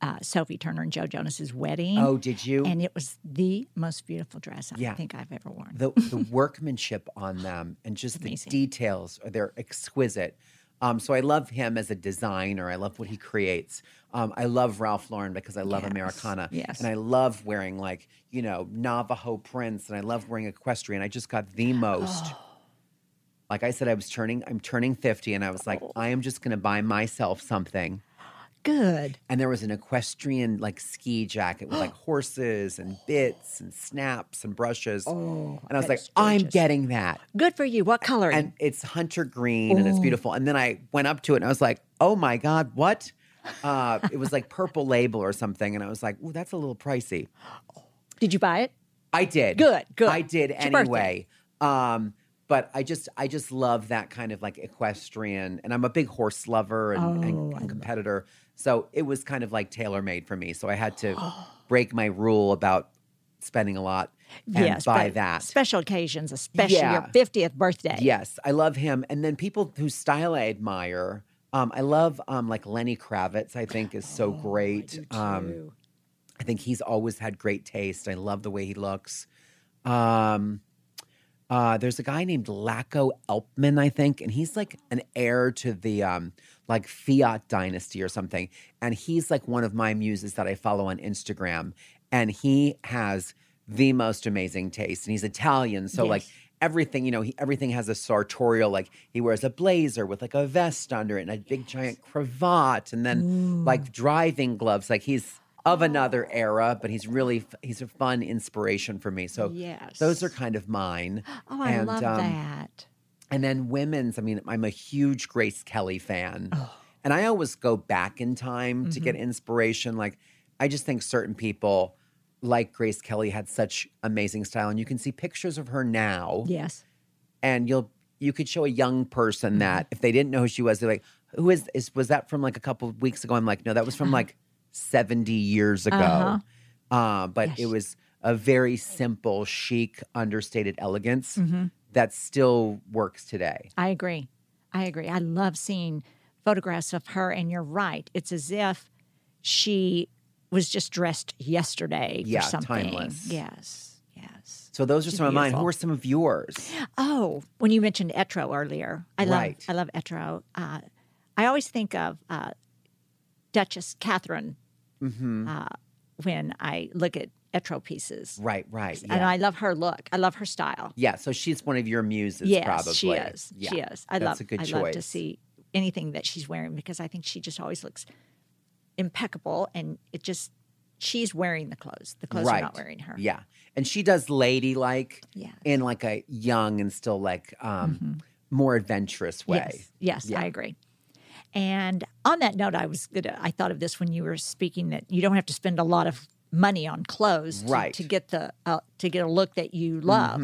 uh, Sophie Turner and Joe Jonas's wedding.
oh, did you?
and it was the most beautiful dress I
Yeah.
think I've ever worn.
the the workmanship on them and just the details are they're exquisite. Um, so I love him as a designer. I love what he creates. Um, I love Ralph Lauren because I love Americana.
yes.
And I love wearing like, you know, Navajo prints and I love wearing equestrian. I just got the most. Like I said, I was turning, I'm turning 50 and I was like,
Oh.
I am just going to buy myself something
Good.
and there was an equestrian like ski jacket with like horses and bits and snaps and brushes. Oh, and I was like, I'm getting that.
Good for you. What coloring?
And it's hunter green and it's beautiful. And then I went up to it and I was like, oh my God, what? Uh, it was like purple label or something. And I was like, ooh, that's a little pricey.
Did you buy it?
I did.
Good, good.
I did
It's your birthday.
anyway. Um, but I just I just love that kind of like equestrian and I'm a big horse lover and,
Oh,
and competitor. So it was kind of like tailor made for me. So I had to break my rule about spending a lot and buy
but
that.
Special occasions, especially
Yeah.
your 50th birthday.
Yes, I love him. And then people whose style I admire. Um, I love um, like Lenny Kravitz. I think is
Oh,
so great. Um, I think he's always had great taste. I love the way he looks. Um, uh, there's a guy named Laco Elpman, I think, and he's like an heir to the um, like Fiat dynasty or something. And he's like one of my muses that I follow on Instagram. And he has the most amazing taste. And he's Italian, so like everything, you know, he, everything has a sartorial. Like he wears a blazer with like a vest under it and a big giant cravat, and then like driving gloves. Like he's of another era, but he's really f- he's a fun inspiration for me. So
Yes.
those are kind of mine.
Oh, I
and,
love
um,
that.
And then women's, I mean, I'm a huge Grace Kelly fan.
Oh.
And I always go back in time to
Mm-hmm.
get inspiration. Like, I just think certain people like Grace Kelly had such amazing style. And you can see pictures of her now.
Yes.
And you'll, you could show a young
Mm-hmm.
person that if they didn't know who she was, they're like, who is, is was that from like a couple of weeks ago? I'm like, no, that was from
Uh-huh.
like 70 years ago. uh but it was a very simple, chic, understated elegance
Mm-hmm.
that still works today.
I agree. I agree. I love seeing photographs of her, and you're right. It's as if she was just dressed yesterday
Yeah,
for something.
timeless.
Yes. Yes.
So those are some of mine. Who
beautiful.
are some of yours?
Oh, when you mentioned Etro earlier, I
Right.
love I love Etro. Uh, I always think of uh, Duchess Catherine
Mm-hmm.
uh, when I look at Etro pieces,
Right, right. Yeah.
and I love her look. I love her style.
yeah, so she's one of your muses
yes,
probably.
she is.
Yeah,
She is. I
that's
love.
a good
I
choice.
love to see anything that she's wearing because I think she just always looks impeccable, and it just she's wearing the clothes. The clothes are not wearing her.
Yeah. And she does lady like
Yes.
in like a young and still like um more adventurous way.
Mm-hmm. Yes, yes I agree. And on that note, I was gonna, I thought of this when you were speaking that you don't have to spend a lot of money on clothes to,
Right. Mm-hmm.
to get the uh, to get a look that you love.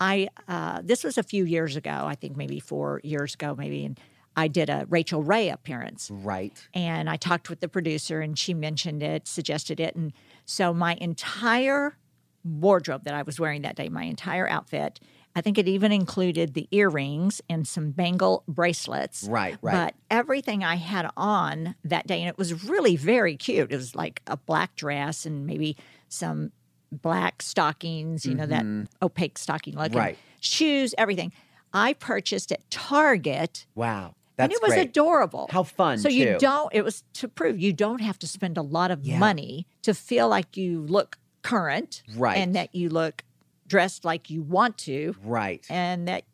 I uh, this was a few years ago, I think maybe four years ago, maybe, and I did a Rachel Ray appearance.
Right.
and I talked with the producer and she mentioned it, suggested it. And so my entire wardrobe that I was wearing that day, my entire outfit, I think it even included the earrings and some bangle bracelets.
Right, right.
But everything I had on that day, and it was really very cute. It was like a black dress and maybe some black stockings, you know, that opaque stocking look. and
Mm-hmm. Right.
Shoes, everything. I purchased at Target
Wow.
and
That's
it was
great.
adorable.
How fun,
So you
too.
don't. It was to prove you don't have to spend a lot of money to feel like you look current,
Right.
And that you look dressed like you want to,
Right.
and that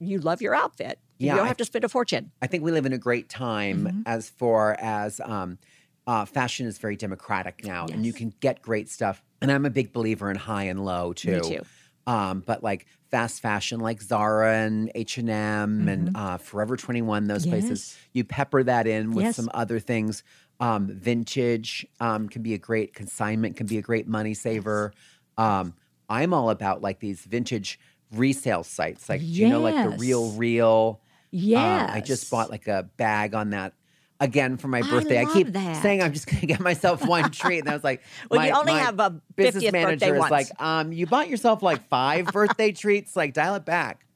you love your outfit.
Yeah,
you don't
I-
have to spend a fortune.
I think we live in a great time
Mm-hmm.
as far as um, uh, fashion is very democratic now, and you can get great stuff. And I'm a big believer in high and low too.
too.
Um, but like fast fashion, like Zara and H and M
Mm-hmm.
and uh, Forever Twenty One, those places, you pepper that in with
Yes.
some other things. Um, vintage um, can be a great consignment, can be a great money saver. Um, I'm all about like these vintage resale sites, like you know, like the
Yes.
real real.
Yes,
Um, I just bought like a bag on that again for my
I
birthday. I,
love
keep
that.
saying I'm just going to get myself one treat, and I was like,
Well,
my,
you only
my
have a
business
50th
manager
birthday
is
once.
like, um, you bought yourself like five birthday treats. Like, dial it back.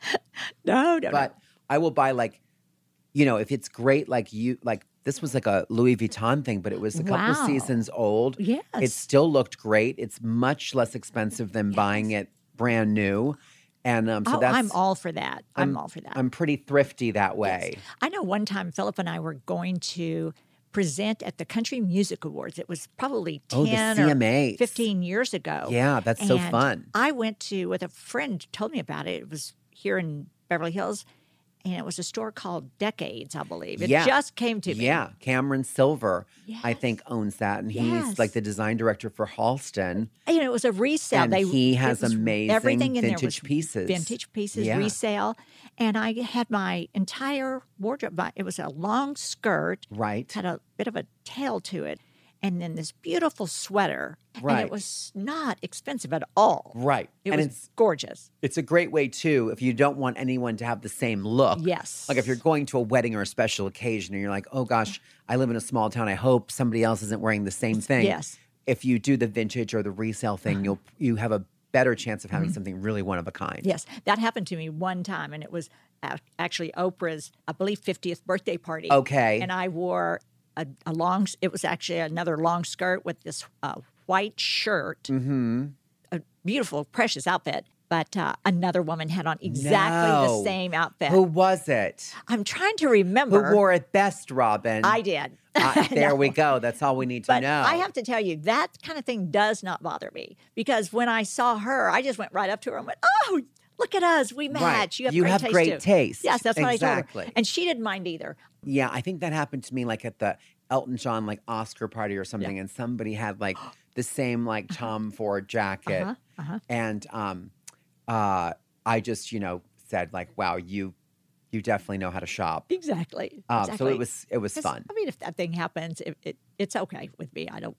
No, no,
But I will buy like, you know, if it's great, like you like. This was like a Louis Vuitton thing, but it was a couple
Wow.
seasons old.
Yes.
It still looked great. It's much less expensive than buying it brand new. And um,
no.
so
oh,
that's
I'm all for that. I'm, all for that.
I'm pretty thrifty that way.
I know one time Philip and I were going to present at the Country Music Awards. It was probably
Oh, the
10 or
CMAs.
15 years ago.
Yeah, that's so
And
fun.
I went to, with a friend told me about it. It was here in Beverly Hills, and it was a store called Decades, I believe. It
Yeah.
just came to me.
Yeah, Cameron Silver, I think, owns that, and he's
Yes.
like the design director for Halston.
And it was a resale.
And
they,
he
it
has
was-
amazing
everything in there
vintage
was
pieces.
Vintage pieces,
Yeah.
resale. And I had my entire wardrobe. My, it was a long skirt.
Right.
had a bit of a tail to it, and then this beautiful sweater. And
Right.
it was not expensive at all.
Right.
It
and
was
it's
gorgeous.
it's a great way too if you don't want anyone to have the same look.
Yes.
Like if you're going to a wedding or a special occasion and you're like, "Oh gosh, I live in a small town. I hope somebody else isn't wearing the same thing."
Yes. Uh-huh.
If you do the vintage or the resale thing, you'll you have a better chance of having
Mm-hmm.
something really one of a kind.
Yes, that happened to me one time, and it was ac- actually Oprah's, I believe, 50th birthday party.
Okay.
And I wore a, a long, s- it was actually another long skirt with this uh, white shirt. Mm-hmm. A beautiful, precious outfit. But uh, another woman had on exactly
No.
the same outfit.
Who was it?
I'm trying to
Who
remember.
wore it best, Robin?
I did.
Ah, there we go. That's all we need to
But
know.
I have to tell you, that kind of thing does not bother me because when I saw her, I just went right up to her and went, "Oh, look at us, we match. You have
You
great
have
taste
great
too."
taste.
Yes, that's what I told
Exactly.
her, and she didn't mind either.
Yeah, I think that happened to me like at the Elton John like Oscar party or something, and somebody had like the same like
Uh-huh.
Tom Ford jacket, and um, uh, I just you know said like, wow, you you definitely know how to shop.
Exactly.
Um,
exactly.
So it was it was
'Cause,
fun.
I mean, if that thing happens, it, it it's okay with me. I don't.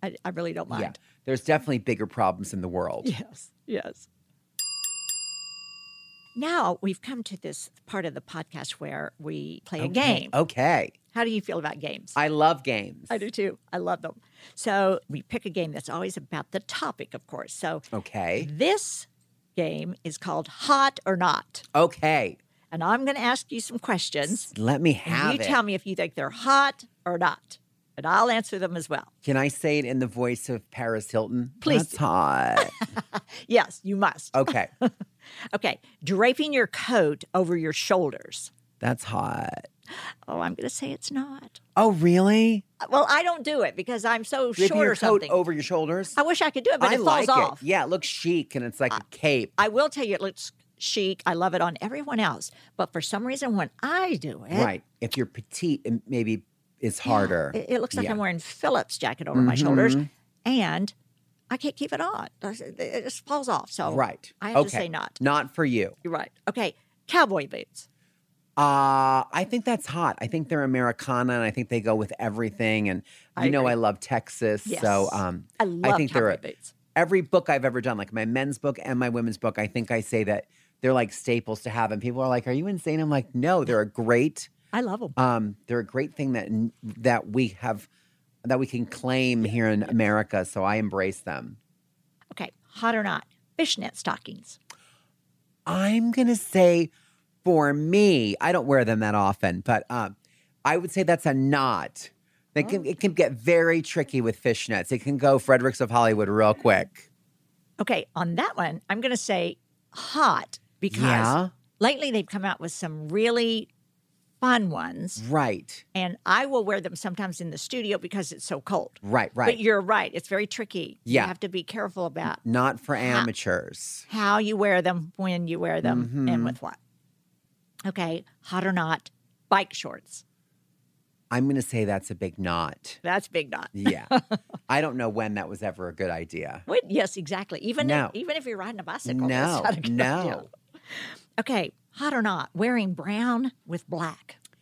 I, I really don't
Yeah,
mind.
there's definitely bigger problems in the world.
Yes. Yes. Now we've come to this part of the podcast where we play a game.
Okay,
How do you feel about games?
Oh. I love games.
I do too. I love them. So we pick a game that's always about the topic, of course. So
Okay,
this game is called Hot or Not.
okay,
And I'm going to ask you some questions.
let me
and
have
you
it.
tell me if you think they're hot or not. And I'll answer them as well.
Can I say it in the voice of Paris Hilton?
Please
That's hot.
Yes, you must.
okay,
Okay. Draping your coat over your shoulders.
that's hot.
Oh, I'm going to say it's not.
Oh, really?
Well, I don't do it because I'm so
Draping
short
your
or
coat
something.
over your shoulders.
I wish I could do it, but
I
it falls
like
off.
it. Yeah, it looks chic and it's like a cape.
I will tell you, it looks chic. I love it on everyone else, but for some reason, when I do it,
right. If you're petite, it maybe is harder.
it, it looks like
Yeah. Mm-hmm.
I'm wearing Phillips jacket over my shoulders, and I can't keep it on. It it just falls off. So
Right.
I have
okay.
to say not.
Not for you.
You're right. Okay, cowboy boots.
Uh, I think that's hot. I think they're Americana and I think they go with everything. And you know, I love Texas.
Yes.
So um,
I love
think
cowboy
they're
boots.
every book I've ever done, like my men's book and my women's book, I think I say that they're like staples to have. And people are like, Are you insane? I'm like, No, they're a great
I love them.
um, they're a great thing that that we have that we can claim here in America. So I embrace them.
Okay, hot or not, fishnet stockings.
I'm gonna say, for me, I don't wear them that often, but um, I would say that's a knot. They can,
Oh.
It can get very tricky with fishnets. It can go Fredericks of Hollywood real quick.
Okay, on that one, I'm going to say hot because
Yeah.
lately they've come out with some really fun ones,
Right,
and I will wear them sometimes in the studio because it's so cold.
right,
But
right.
you're right; it's very tricky.
Yeah.
you have to be careful about
Not for amateurs.
how you wear them, when you wear them,
Mm-hmm.
and with what. Okay, hot or not, bike shorts.
I'm gonna say that's a big knot.
That's big knot.
Yeah, I don't know when that was ever a good idea.
Wait, yes, exactly. Even
No.
if, even if you're riding a bicycle,
No,
that's not a good idea.
no.
Okay, hot or not, wearing brown with black.
Uh,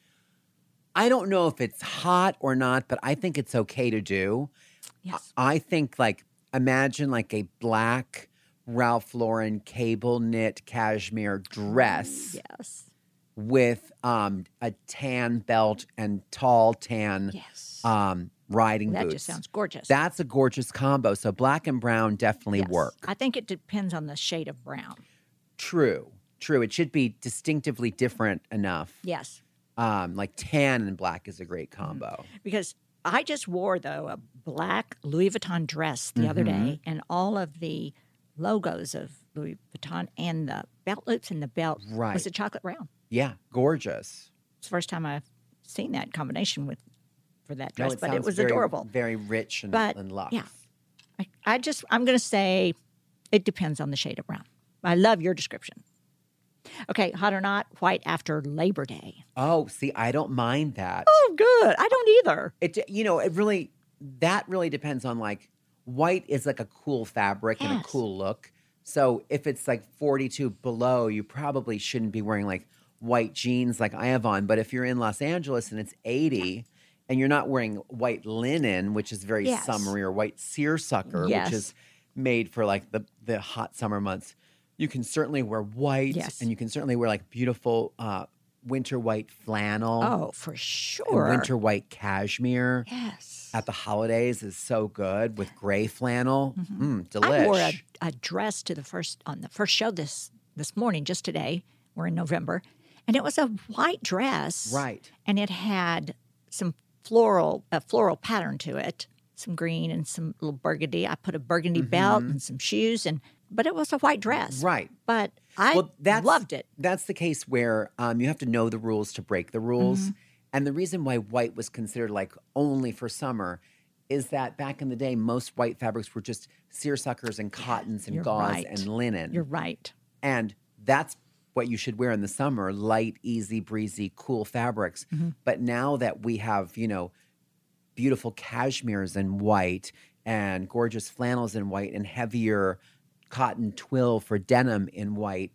I don't know if it's hot or not, but I think it's okay to do.
Yes.
I think like imagine like a black Ralph Lauren cable knit cashmere dress
Yes.
with um a tan belt and tall tan
Yes.
um riding
that
boots.
just sounds gorgeous.
That's a gorgeous combo. So black and brown definitely
Yes.
work.
I think it depends on the shade of brown.
True. True. It should be distinctively different enough.
Yes.
Um like tan and black is a great
Mm-hmm.
combo.
Because I just wore though a black Louis Vuitton dress the other
Mm-hmm.
day and all of the logos of Louis Vuitton and the belt loops and the belt was
Right.
a chocolate brown.
Yeah, gorgeous.
It's the first time I've seen that combination with for that
No,
dress, but it
sounds
was
very-
adorable.
Very rich and,
But,
and luxe.
yeah. I, I just I'm going to say it depends on the shade of brown. I love your description. Okay, hot or not, white after Labor Day.
Oh, see, I don't mind that.
Oh, good. I don't either.
It you know, it really that really depends on like white is like a cool fabric and
Yes.
a cool look. So if it's like 42 below, you probably shouldn't be wearing like white jeans like I have on, but if you're in Los Angeles and it's 80 and you're not wearing white linen, which is very
Yes.
summery or white seersucker,
Yes.
which is made for like the the hot summer months. You can certainly wear white
Yes.
and you can certainly wear like beautiful uh winter white flannel
Oh, for
and
sure.
winter white cashmere
Yes.
at the holidays is so good with gray flannel. Mm, delish.
Mm-hmm. I wore a, a dress to the first on the first show this this morning, just today. We're in November, and it was a white dress,
Right.
And it had some floral a floral pattern to it, some green and some little burgundy. I put a burgundy belt and some shoes, and but it was a white dress,
Mm-hmm. Right.
But I
well, that's,
loved it.
That's the case where um, you have to know the rules to break the rules.
Mm-hmm.
And the reason why white was considered like only for summer is that back in the day, most white fabrics were just seersuckers and cottons and
you're
gauze
right.
and linen.
You're right.
And that's what you should wear in the summer light, easy, breezy, cool fabrics.
Mm-hmm.
But now that we have, you know, beautiful cashmeres in white and gorgeous flannels in white and heavier cotton twill for denim in white,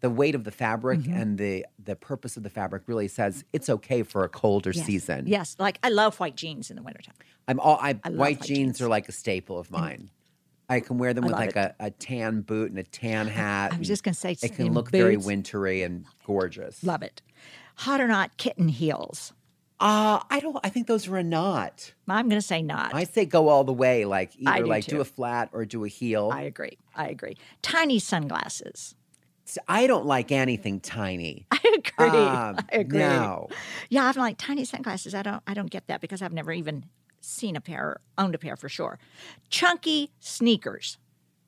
the weight of the fabric
Mm-hmm.
and the, the purpose of the fabric really says it's okay for a colder season.
Yes, like I love white jeans in the wintertime.
I'm all I,
love
white
white
jeans
jeans.
are like a staple of mine. I can wear them with
love
like a, a tan boot and a tan hat.
I was
and
just gonna say,
Mm. it can
in
look very
boots.
wintry and gorgeous.
Love it. Hot or not, kitten heels.
Uh, I don't. I think those are a knot.
I'm going to say not.
I say go all the way. Like
I
either
do
like do
too.
a flat or do a heel.
I agree. I agree. Tiny sunglasses.
S- I don't like anything tiny.
I agree.
Um,
I agree.
No.
Yeah, I'm like tiny sunglasses. I don't I don't get that because I've never even seen a pair or owned a pair for sure. Chunky sneakers.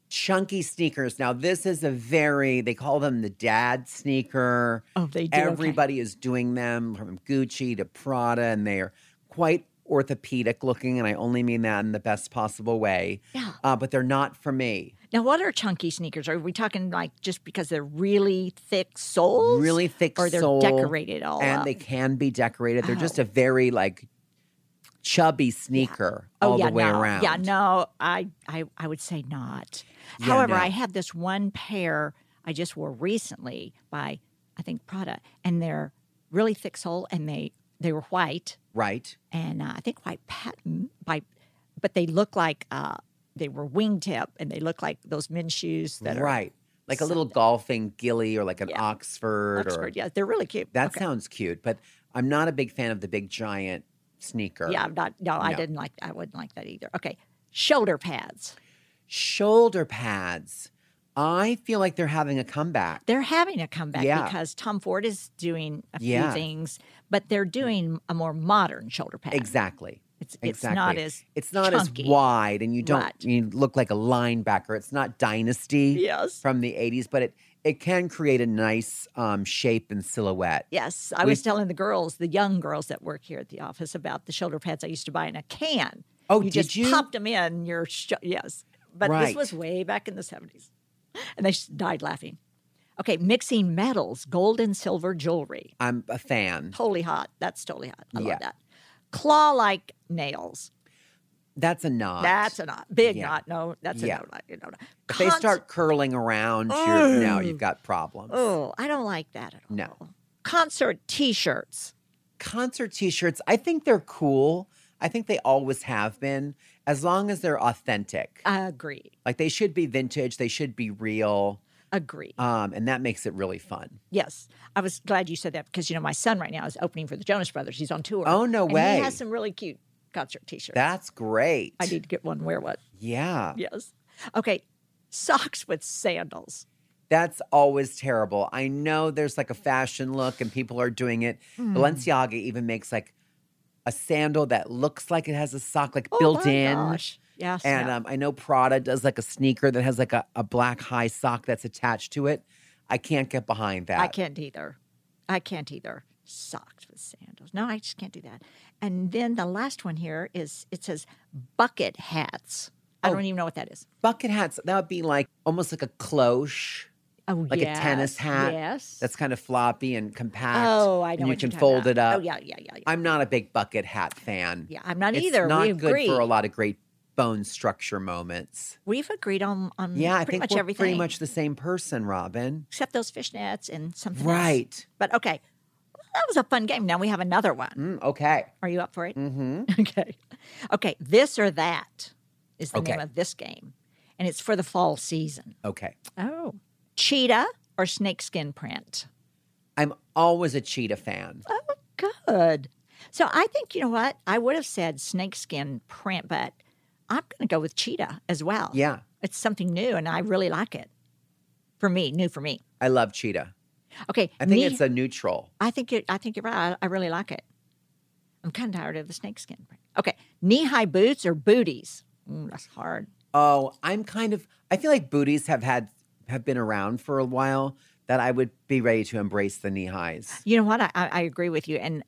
chunky sneakers. Now, this is a very, they call them the dad sneaker.
Oh, they do, okay.
Everybody is doing them from Gucci to Prada, and they are quite orthopedic looking. And I only mean that in the best possible way.
Yeah.
Uh, but they're not for me.
Now, what are chunky sneakers? Are we talking like just because they're really thick soles?
Really thick
Or they're
sole,
decorated all
And
up? Oh.
they can be decorated. They're just a very like chubby sneaker
Oh,
all
yeah,
the way
no.
around.
Yeah, no, I, I, I would say not. However,
no.
I had this one pair I just wore recently by I think Prada, and they're really thick sole, and they they were white,
Right.
and uh, I think white patent by, but they look like uh, they were wingtip, and they look like those men's shoes that are
right. Like a little golfing gilly or like an Oxford, or
Oxford. Yeah, they're really cute.
that
Okay.
sounds cute, but I'm not a big fan of the big giant sneaker.
Yeah, I'm not. No, I
No.
didn't like. I wouldn't like that either. Okay, shoulder pads.
Shoulder pads. I feel like they're having a comeback.
They're having a comeback
Yeah.
because Tom Ford is doing a
Yeah.
few things, but they're doing a more modern shoulder pad.
Exactly.
It's-
exactly.
it's not as
it's not
chunky.
as wide, and you don't
Right.
you look like a linebacker. It's not dynasty
Yes.
from the '80s, but it it can create a nice um, shape and silhouette.
Yes, I was telling the girls, the young girls that work here at the office, about the shoulder pads I used to buy in a can.
Oh,
you
did
just
you?
popped them in your sh- yes, but
Right.
this was way back in the seventies, and they s- died laughing. Okay, mixing metals, gold and silver jewelry.
I'm a fan.
Totally hot. That's totally hot. I
Yeah.
love that. Claw-like nails.
That's a nod.
That's a knot. Big
Yeah.
knot. No, that's a
Yeah.
no knot. You know,
if they start curling around. You're, now you've got problems.
Oh, I don't like that at all.
No.
Concert T-shirts.
concert t-shirts i think they're cool i think they always have been as long as they're authentic
Uh. Agree.
like they should be vintage they should be real
Agree.
um, and that makes it really fun
Yes, I was glad you said that because you know my son right now is opening for the Jonas Brothers. He's on tour.
Oh, no
and
way.
He has some really cute concert T-shirts.
that's great
I need to get one. Wear what?
yeah
Yes. Okay. Socks with sandals.
that's always terrible i know there's like a fashion look and people are doing it
Hmm.
balenciaga even makes like a sandal that looks like it has a sock like built
Oh my
in
Gosh. Yes.
And
no.
um, I know Prada does like a sneaker that has like a, a black high sock that's attached to it. I can't get behind that.
I can't either. I can't either. Socks with sandals. No, I just can't do that. And then the last one here is it says bucket hats.
Oh.
I don't even know what that is.
Bucket hats, that would be like almost like a cloche,
Oh,
like
yes.
a tennis hat.
Yes.
That's kind of floppy and compact.
oh, I know.
and You
what you're
can
talking
fold
about.
it up.
Oh yeah, yeah, yeah, yeah.
I'm not a big bucket hat fan.
yeah, I'm not
it's
either.
not
we
good
agree.
for a lot of great bone structure moments.
We've agreed on on
Yeah, I
Mm, pretty
think
much
we're
everything
pretty much the same person, Robin.
except those fishnets and something. else.
Right.
But okay. Well, that was a fun game. Now we have another one.
Mm, okay.
Are you up for it? Mm-hmm. Okay. Okay. This or that is the name
Okay.
of this game. And it's for the fall season.
Okay.
Oh. Cheetah or snakeskin print.
I'm always a cheetah fan.
Oh, good. So I think you know what? I would have said snakeskin print, but I'm going to go with cheetah as well.
Yeah.
It's something new and I really like it. For me, new for me.
I love cheetah.
Okay.
I think
knee-
it's a neutral.
I think you're, I think you're right. I, I really like it. I'm kind of tired of the snakeskin. print. Okay, knee high boots or booties? Mm, that's hard.
Oh, I'm kind of I feel like booties have had have been around for a while that I would be ready to embrace the knee highs.
You know what? I, I, I agree with you, and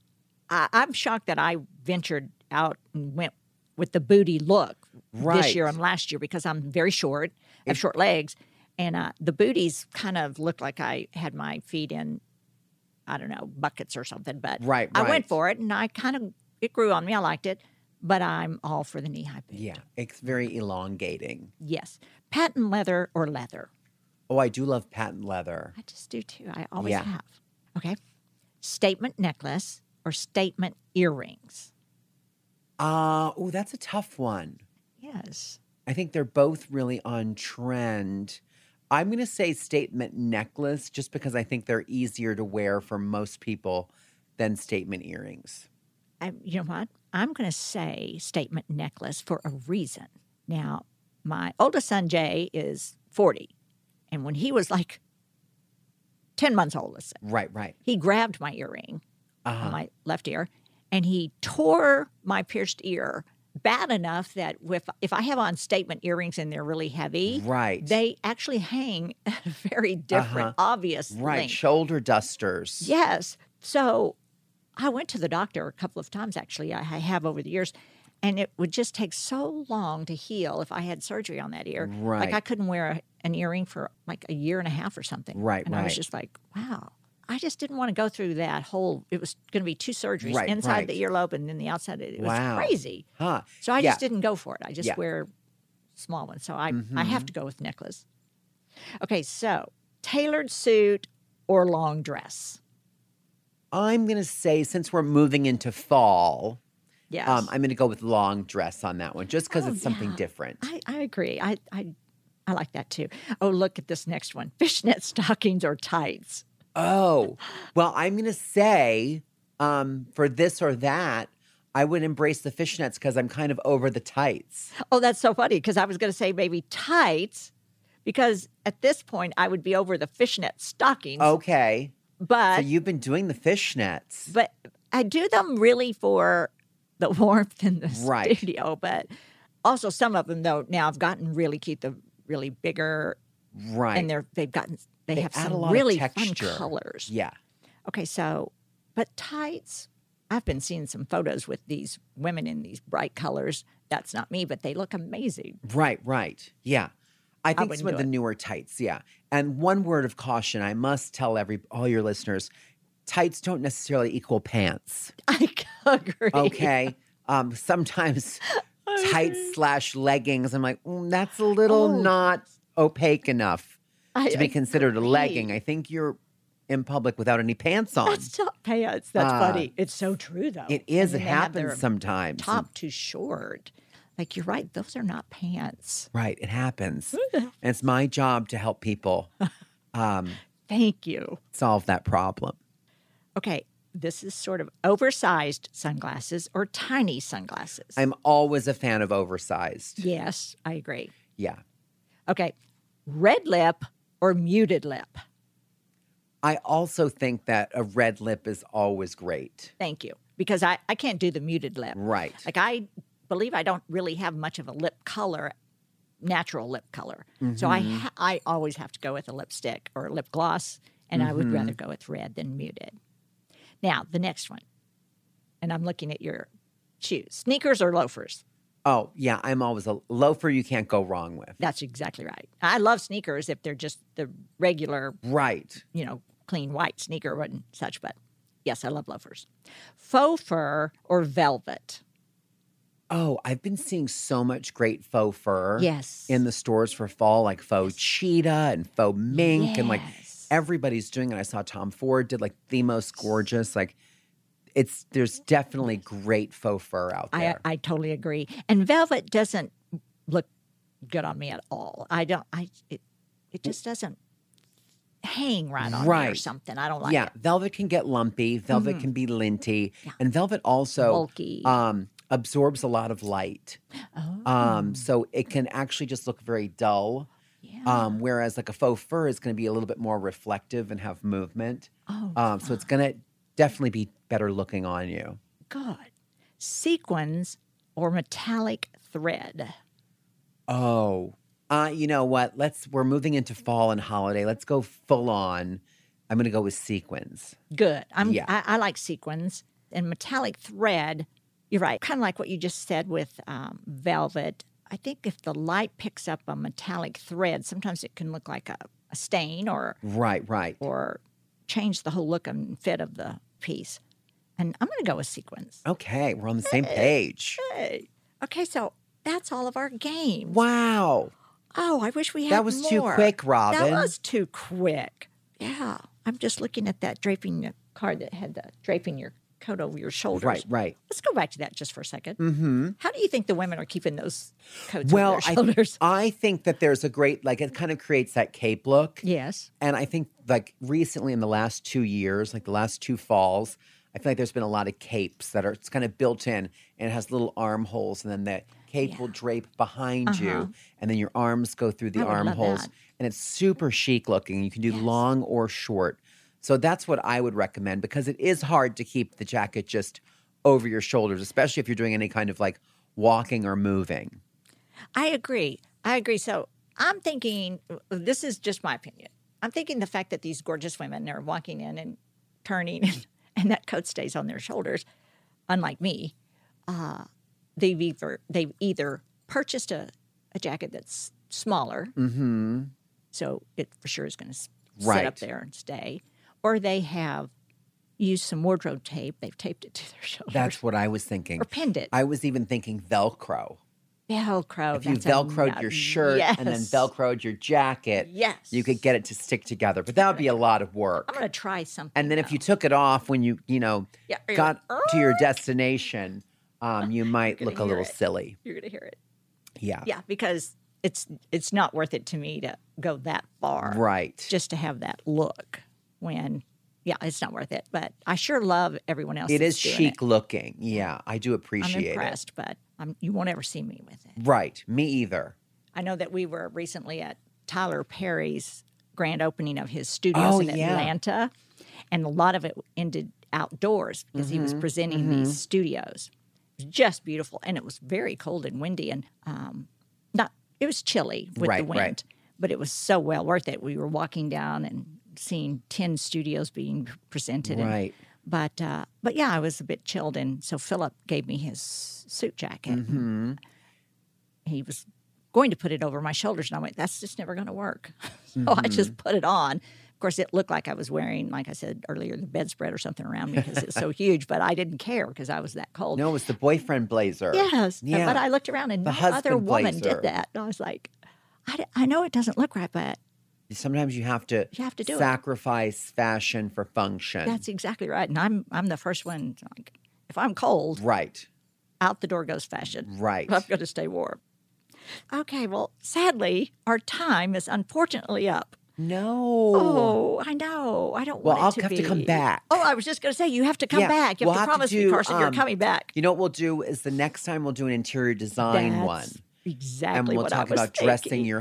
I, I'm shocked that I ventured out and went with the booty look
Right.
this year and last year because I'm very short, I have short legs, and uh, the booties kind of looked like I had my feet in, I don't know, buckets or something. But
Right,
I went
right.
for it, and I kind of it grew on me. I liked it, but I'm all for the knee high boots.
Yeah, it's very elongating.
Yes. Patent leather or leather?
Oh, I do love patent leather.
I just do too. I always
Yeah.
have. Okay. Statement necklace or statement earrings?
Uh, oh, that's a tough one.
Yes.
I think they're both really on trend. I'm going to say statement necklace just because I think they're easier to wear for most people than statement earrings.
I, you know what? I'm going to say statement necklace for a reason. Now, my oldest son, Jay, is 40. And when he was like 10 months old, let's say,
Right, right.
he grabbed my earring
Uh-huh.
on my left ear and he tore my pierced ear bad enough that if, if I have on statement earrings and they're really heavy,
Right.
they actually hang at a very different, obvious
Uh-huh. Right,
length.
shoulder dusters.
Yes. So I went to the doctor a couple of times, actually, I I have over the years. And it would just take so long to heal if I had surgery on that ear. Like
Right.
I couldn't wear a, an earring for like a year and a half or something.
Right,
And I was
right.
just like, wow, I just didn't want to go through that whole. It was going to be two surgeries
Right,
inside
right.
the earlobe and then the outside. It was
Wow.
crazy.
Huh.
So I
Yeah.
just didn't go for it. I just
Yeah. Mm-hmm.
wear small ones. So I I have to go with necklace. Okay, so tailored suit or long dress.
I'm going to say, since we're moving into fall,
Yes.
um, I'm going to go with long dress on that one just because
Oh,
it's something
yeah.
different.
I, I agree. I, I I like that too. Oh, look at this next one. Fishnet stockings or tights.
Oh, well, I'm going to say um, for this or that, I would embrace the fishnets because I'm kind of over the tights.
Oh, that's so funny because I was going to say maybe tights because at this point I would be over the fishnet stockings.
Okay. Oh, So
but
you've been doing the fishnets.
but I do them really for the warmth in the
Right.
studio. But also some of them though now have gotten really cute. The really bigger
Right.
and they're they've gotten they, have
add a
some
lot of
really fun
texture.
colors.
yeah.
Okay, so, but tights, I've been seeing some photos with these women in these bright colors. That's not me, but they look amazing.
Right, right. Yeah. I think
wouldn't
some of
do
the
it.
newer tights, yeah. And one word of caution, I must tell every all your listeners, tights don't necessarily equal pants.
I agree.
Okay. um, sometimes tights slash leggings, I'm like, mm, that's a little not opaque enough
Oh. I
to be considered a
agree.
legging. I think you're in public without any pants on.
That's not pants. That's
Ah.
funny. It's so true, though.
It is.
And then
It
they have their
happens sometimes.
Top too short. Like you're right. Those are not pants.
Right. It happens. and it's my job to help people um,
Thank you.
solve that problem.
Okay, this is sort of oversized sunglasses or tiny sunglasses.
I'm always a fan of oversized.
yes, I agree.
Yeah.
Okay, red lip or muted lip.
I also think that a red lip is always great.
Thank you. Because I, I can't do the muted lip.
Right.
Like I believe I don't really have much of a lip color, natural lip color. So I ha- I always have to go with a lipstick or a lip gloss, and I would rather go with red than muted. Now the next one, and I'm looking at your shoes, sneakers or loafers.
Oh, yeah, I'm always a loafer you can't go wrong with.
That's exactly right. I love sneakers if they're just the regular,
Right.
you know, clean white sneaker and such. But yes, I love loafers. Faux fur or velvet.
Oh, I've been seeing so much great faux fur.
Yes.
In the stores for fall, like faux cheetah and faux mink, and like everybody's doing it. I saw Tom Ford did like the most gorgeous. Like, it's there's definitely great faux fur out
I,
there.
I totally agree. And velvet doesn't look good on me at all. I don't. I it, it just doesn't hang right on me or
Right.
something. I don't like
yeah,
it. Mm-hmm.
velvet can get lumpy. Velvet can be linty, and velvet also
Bulky. Oh,
um, absorbs a lot of light.
Mm.
Um, so it can actually just look very dull. Um, whereas like a faux fur is going to be a little bit more reflective and have movement. Oh, um, so it's going to definitely be better looking on you.
Good sequins or metallic thread.
Oh, uh, you know what? Let's we're moving into fall and holiday. Let's go full on. I'm going to go with sequins.
Good. I'm.
Yeah.
I, I like sequins and metallic thread. You're right. Kind of like what you just said with um, velvet. I think if the light picks up a metallic thread, sometimes it can look like a, a stain or
Right, right.
or change the whole look and fit of the piece. And I'm going to go with sequins.
Okay, we're on the same page.
Okay. Okay, so that's all of our games.
Wow.
Oh, I wish we had
That was too
more.
quick,
That
Robin.
was too quick. Yeah. I'm just looking at that draping the card that had the draping your coat over your shoulders.
Right, right.
Let's go back to that just for a 2nd Mm-hmm. How do you think the women are keeping those coats
Well,
over their
I,
shoulders?
I think that there's a great, like, it kind of creates that cape look.
yes.
And I think, like, recently in the last two years, like the last two falls, I feel like there's been a lot of capes that are, it's kind of built in and it has little armholes. And then that cape will drape behind you. And then your arms go through the
Uh-huh. I would love
armholes.
that.
And it's super chic looking. You can do long or short. So that's what I would recommend because it is hard to keep the jacket just over your shoulders, especially if you're doing any kind of like walking or moving.
I agree. I agree. So I'm thinking uh, this is just my opinion. I'm thinking the fact that these gorgeous women are walking in and turning, and, and that coat stays on their shoulders, unlike me. Uh, they've either they've either purchased a, a jacket that's smaller, so it for sure is going to sit up
Mm-hmm. Right.
there and stay, or they have used some wardrobe tape. They've taped it to their shoulders.
That's what I was thinking.
Or pinned it.
I was even thinking Velcro.
Velcro.
If you
that's
Velcroed
another-
your shirt and then
Yes.
Velcroed your jacket,
Yes.
you could get it to stick together. But that would be a lot of work.
I'm going to try something.
And then if
though.
you took it off when you, you know,
Yeah, you're
got
like, "Oh!"
to your destination, um, you might look a
hear
little
it.
silly.
you're going to hear it.
Yeah.
Yeah, because it's it's not worth it to me to go that far.
Right.
Just to have that look when yeah, it's not worth it. But I sure love everyone else.
it
that's
is
doing
chic looking. Yeah. I do
I'm
appreciate it.
impressed, but I'm, you won't ever see me with it.
Right. Me either.
I know that we were recently at Tyler Perry's grand opening of his studios
Oh,
in
yeah.
Atlanta, and a lot of it ended outdoors because he
Mm-hmm.
was presenting these studios. It was just beautiful, and it was very cold and windy, and um, not it was chilly with the
Right,
wind,
right.
but it was so well worth it. We were walking down and seeing ten studios being presented, and
Right.
but uh, but yeah, I was a bit chilled, and so Philip gave me his suit jacket.
Mm-hmm.
He was going to put it over my shoulders, and I went, "That's just never going to work." so I
Mm-hmm.
just put it on. Of course, it looked like I was wearing, like I said earlier, the bedspread or something around me because it's so huge. But I didn't care because I was that cold.
No, it's the boyfriend blazer.
Yes,
Yeah.
but I looked around and
The
no other
husband
woman
blazer.
did that, and I was like, I, d- "I know it doesn't look right, but
Sometimes you have to,
You have to do it.
sacrifice fashion for function.
that's exactly right." And I'm I'm the first one. Like, if I'm cold,
right.
out the door goes fashion.
Right.
I've got to stay warm. Okay, well, sadly, our time is unfortunately up.
No.
Oh, I know. I don't
Well,
want it
I'll
to
have to
be.
come back.
Oh, I was just going to say, you have to come
Yeah,
back. You
we'll
have to promise me,
do,
Carson, you're
um,
coming back.
You know what we'll do is the next time we'll do an interior design
That's
one.
Exactly.
And we'll
what
talk
I was
about dressing
thinking.
your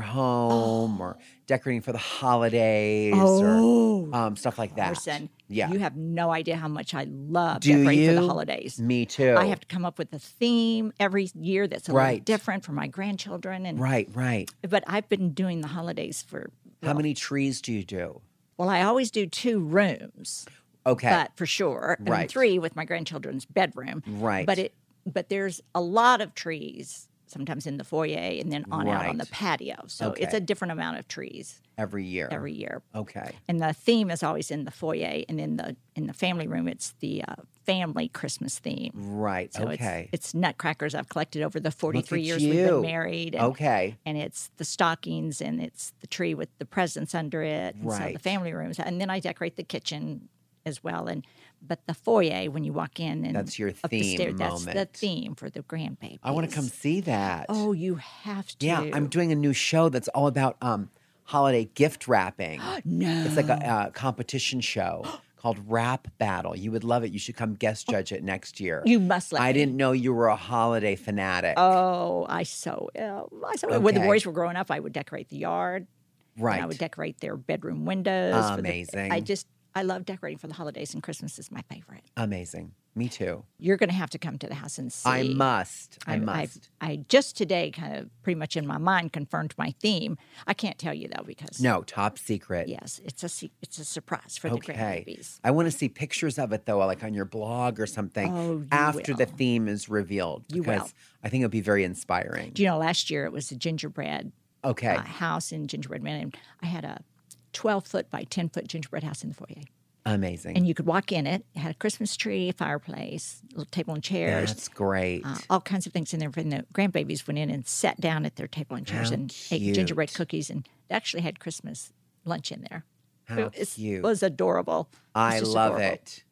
home or decorating for the holidays
Oh,
or um, stuff like that.
Carson,
yeah.
you have no idea how much I love
do
decorating
you?
for the holidays.
Me too.
I have to come up with a theme every year that's a
Right.
little different for my grandchildren. And
Right, right.
but I've been doing the holidays for
How many trees do you do?
well, I always do two rooms.
Okay.
but for sure, and
Right.
three with my grandchildren's bedroom.
Right.
But it but there's a lot of trees sometimes in the foyer and then on out on the
Right.
patio. So it's
Okay.
a different amount of trees
every year.
every year.
Okay.
And the theme is always in the foyer and in the in the family room it's the uh, family Christmas theme.
Right.
So
okay.
it's it's nutcrackers I've collected over the 43
at
years we've
you.
been married. and-
okay.
and it's the stockings and it's the tree with the presents under it and so the
Right.
family rooms and then i decorate the kitchen as well and but the foyer when you walk in and
That's your
up the
theme
stair- that's
moment.
the theme for the grandbaby
I want to come see that.
oh you have to
yeah. I'm doing a new show that's all about um, holiday gift wrapping.
no
It's like a uh, competition show called Rap Battle. You would love it. You should come guest judge it next year.
you must let
I
me.
didn't know you were a holiday fanatic.
oh i so am. i so am. when the
Okay.
boys were growing up i would decorate the yard and
right.
i would decorate their bedroom windows for the-
Amazing.
i just i love decorating for the holidays and christmas is my favorite
Amazing. Me too.
you're going to have to come to the house and see
I must. I, must.
I, just today kind of pretty much in my mind confirmed my theme. I can't tell you though because
no, top secret.
yes, it's a se- it's a surprise for the
Okay.
grandbabies.
I want to see pictures of it though, like on your blog or something,
Oh, you
after the
will.
theme is revealed.
You
because
will.
I think it'll be very inspiring.
Do you know last year it was a gingerbread
okay.
uh, house in Gingerbread Man, and I had a twelve foot by ten foot gingerbread house in the
Mm.
foyer,
Amazing.
and you could walk in it. It had a Christmas tree, fireplace, little table and chairs.
That's great.
uh, all kinds of things in there. And the grandbabies went in and sat down at their table and chairs
How
and ate gingerbread
cute.
cookies and they actually had Christmas lunch in there.
How
it was,
Oh, cute.
was adorable. It was
I
just
love
adorable.
it.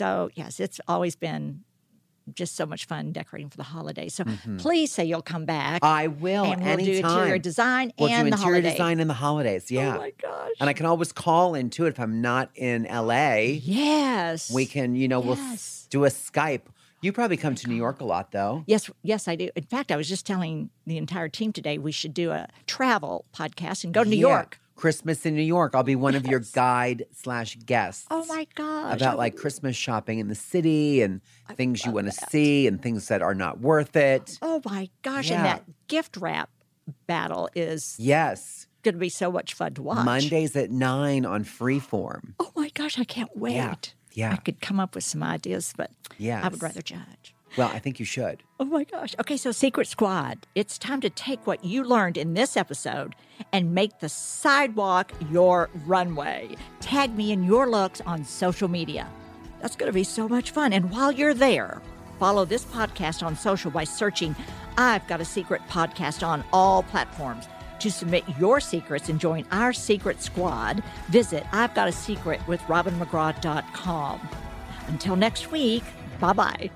So, yes, it's always been just so much fun decorating for the holidays. So,
Mm-hmm.
please say you'll come back.
I will
And we'll do
anytime.
interior design
We'll
and
do
the
interior
holiday.
design and the holidays. Yeah.
Oh my gosh.
And I can always call in too if I'm not in LA.
yes.
We can, you know, we'll s-
Yes. Oh
do a Skype. You probably come to New York a lot though.
Yes, yes, I do. In fact, I was just telling the entire team today we should do a travel podcast and go to New
Yeah.
York.
Christmas in New York. I'll be one of your guide slash guests.
Oh my gosh.
About like Christmas shopping in the city and things you want to see and things that are not worth it.
Oh my gosh.
Yeah.
And that gift wrap battle is
Yes.
going to be so much fun to watch.
Mondays at nine on freeform.
Oh my gosh, I can't wait.
Yeah.
I could come up with some ideas, but I
Yes.
would rather judge.
Well, I think you should.
Oh my gosh. Okay, so Secret Squad, it's time to take what you learned in this episode and make the sidewalk your runway. Tag me in your looks on social media. That's going to be so much fun. And while you're there, follow this podcast on social by searching I've Got a Secret Podcast on all platforms. To submit your secrets and join our secret squad, visit I've Got a Secret with RobinMcGraw.com. Until next week, bye bye.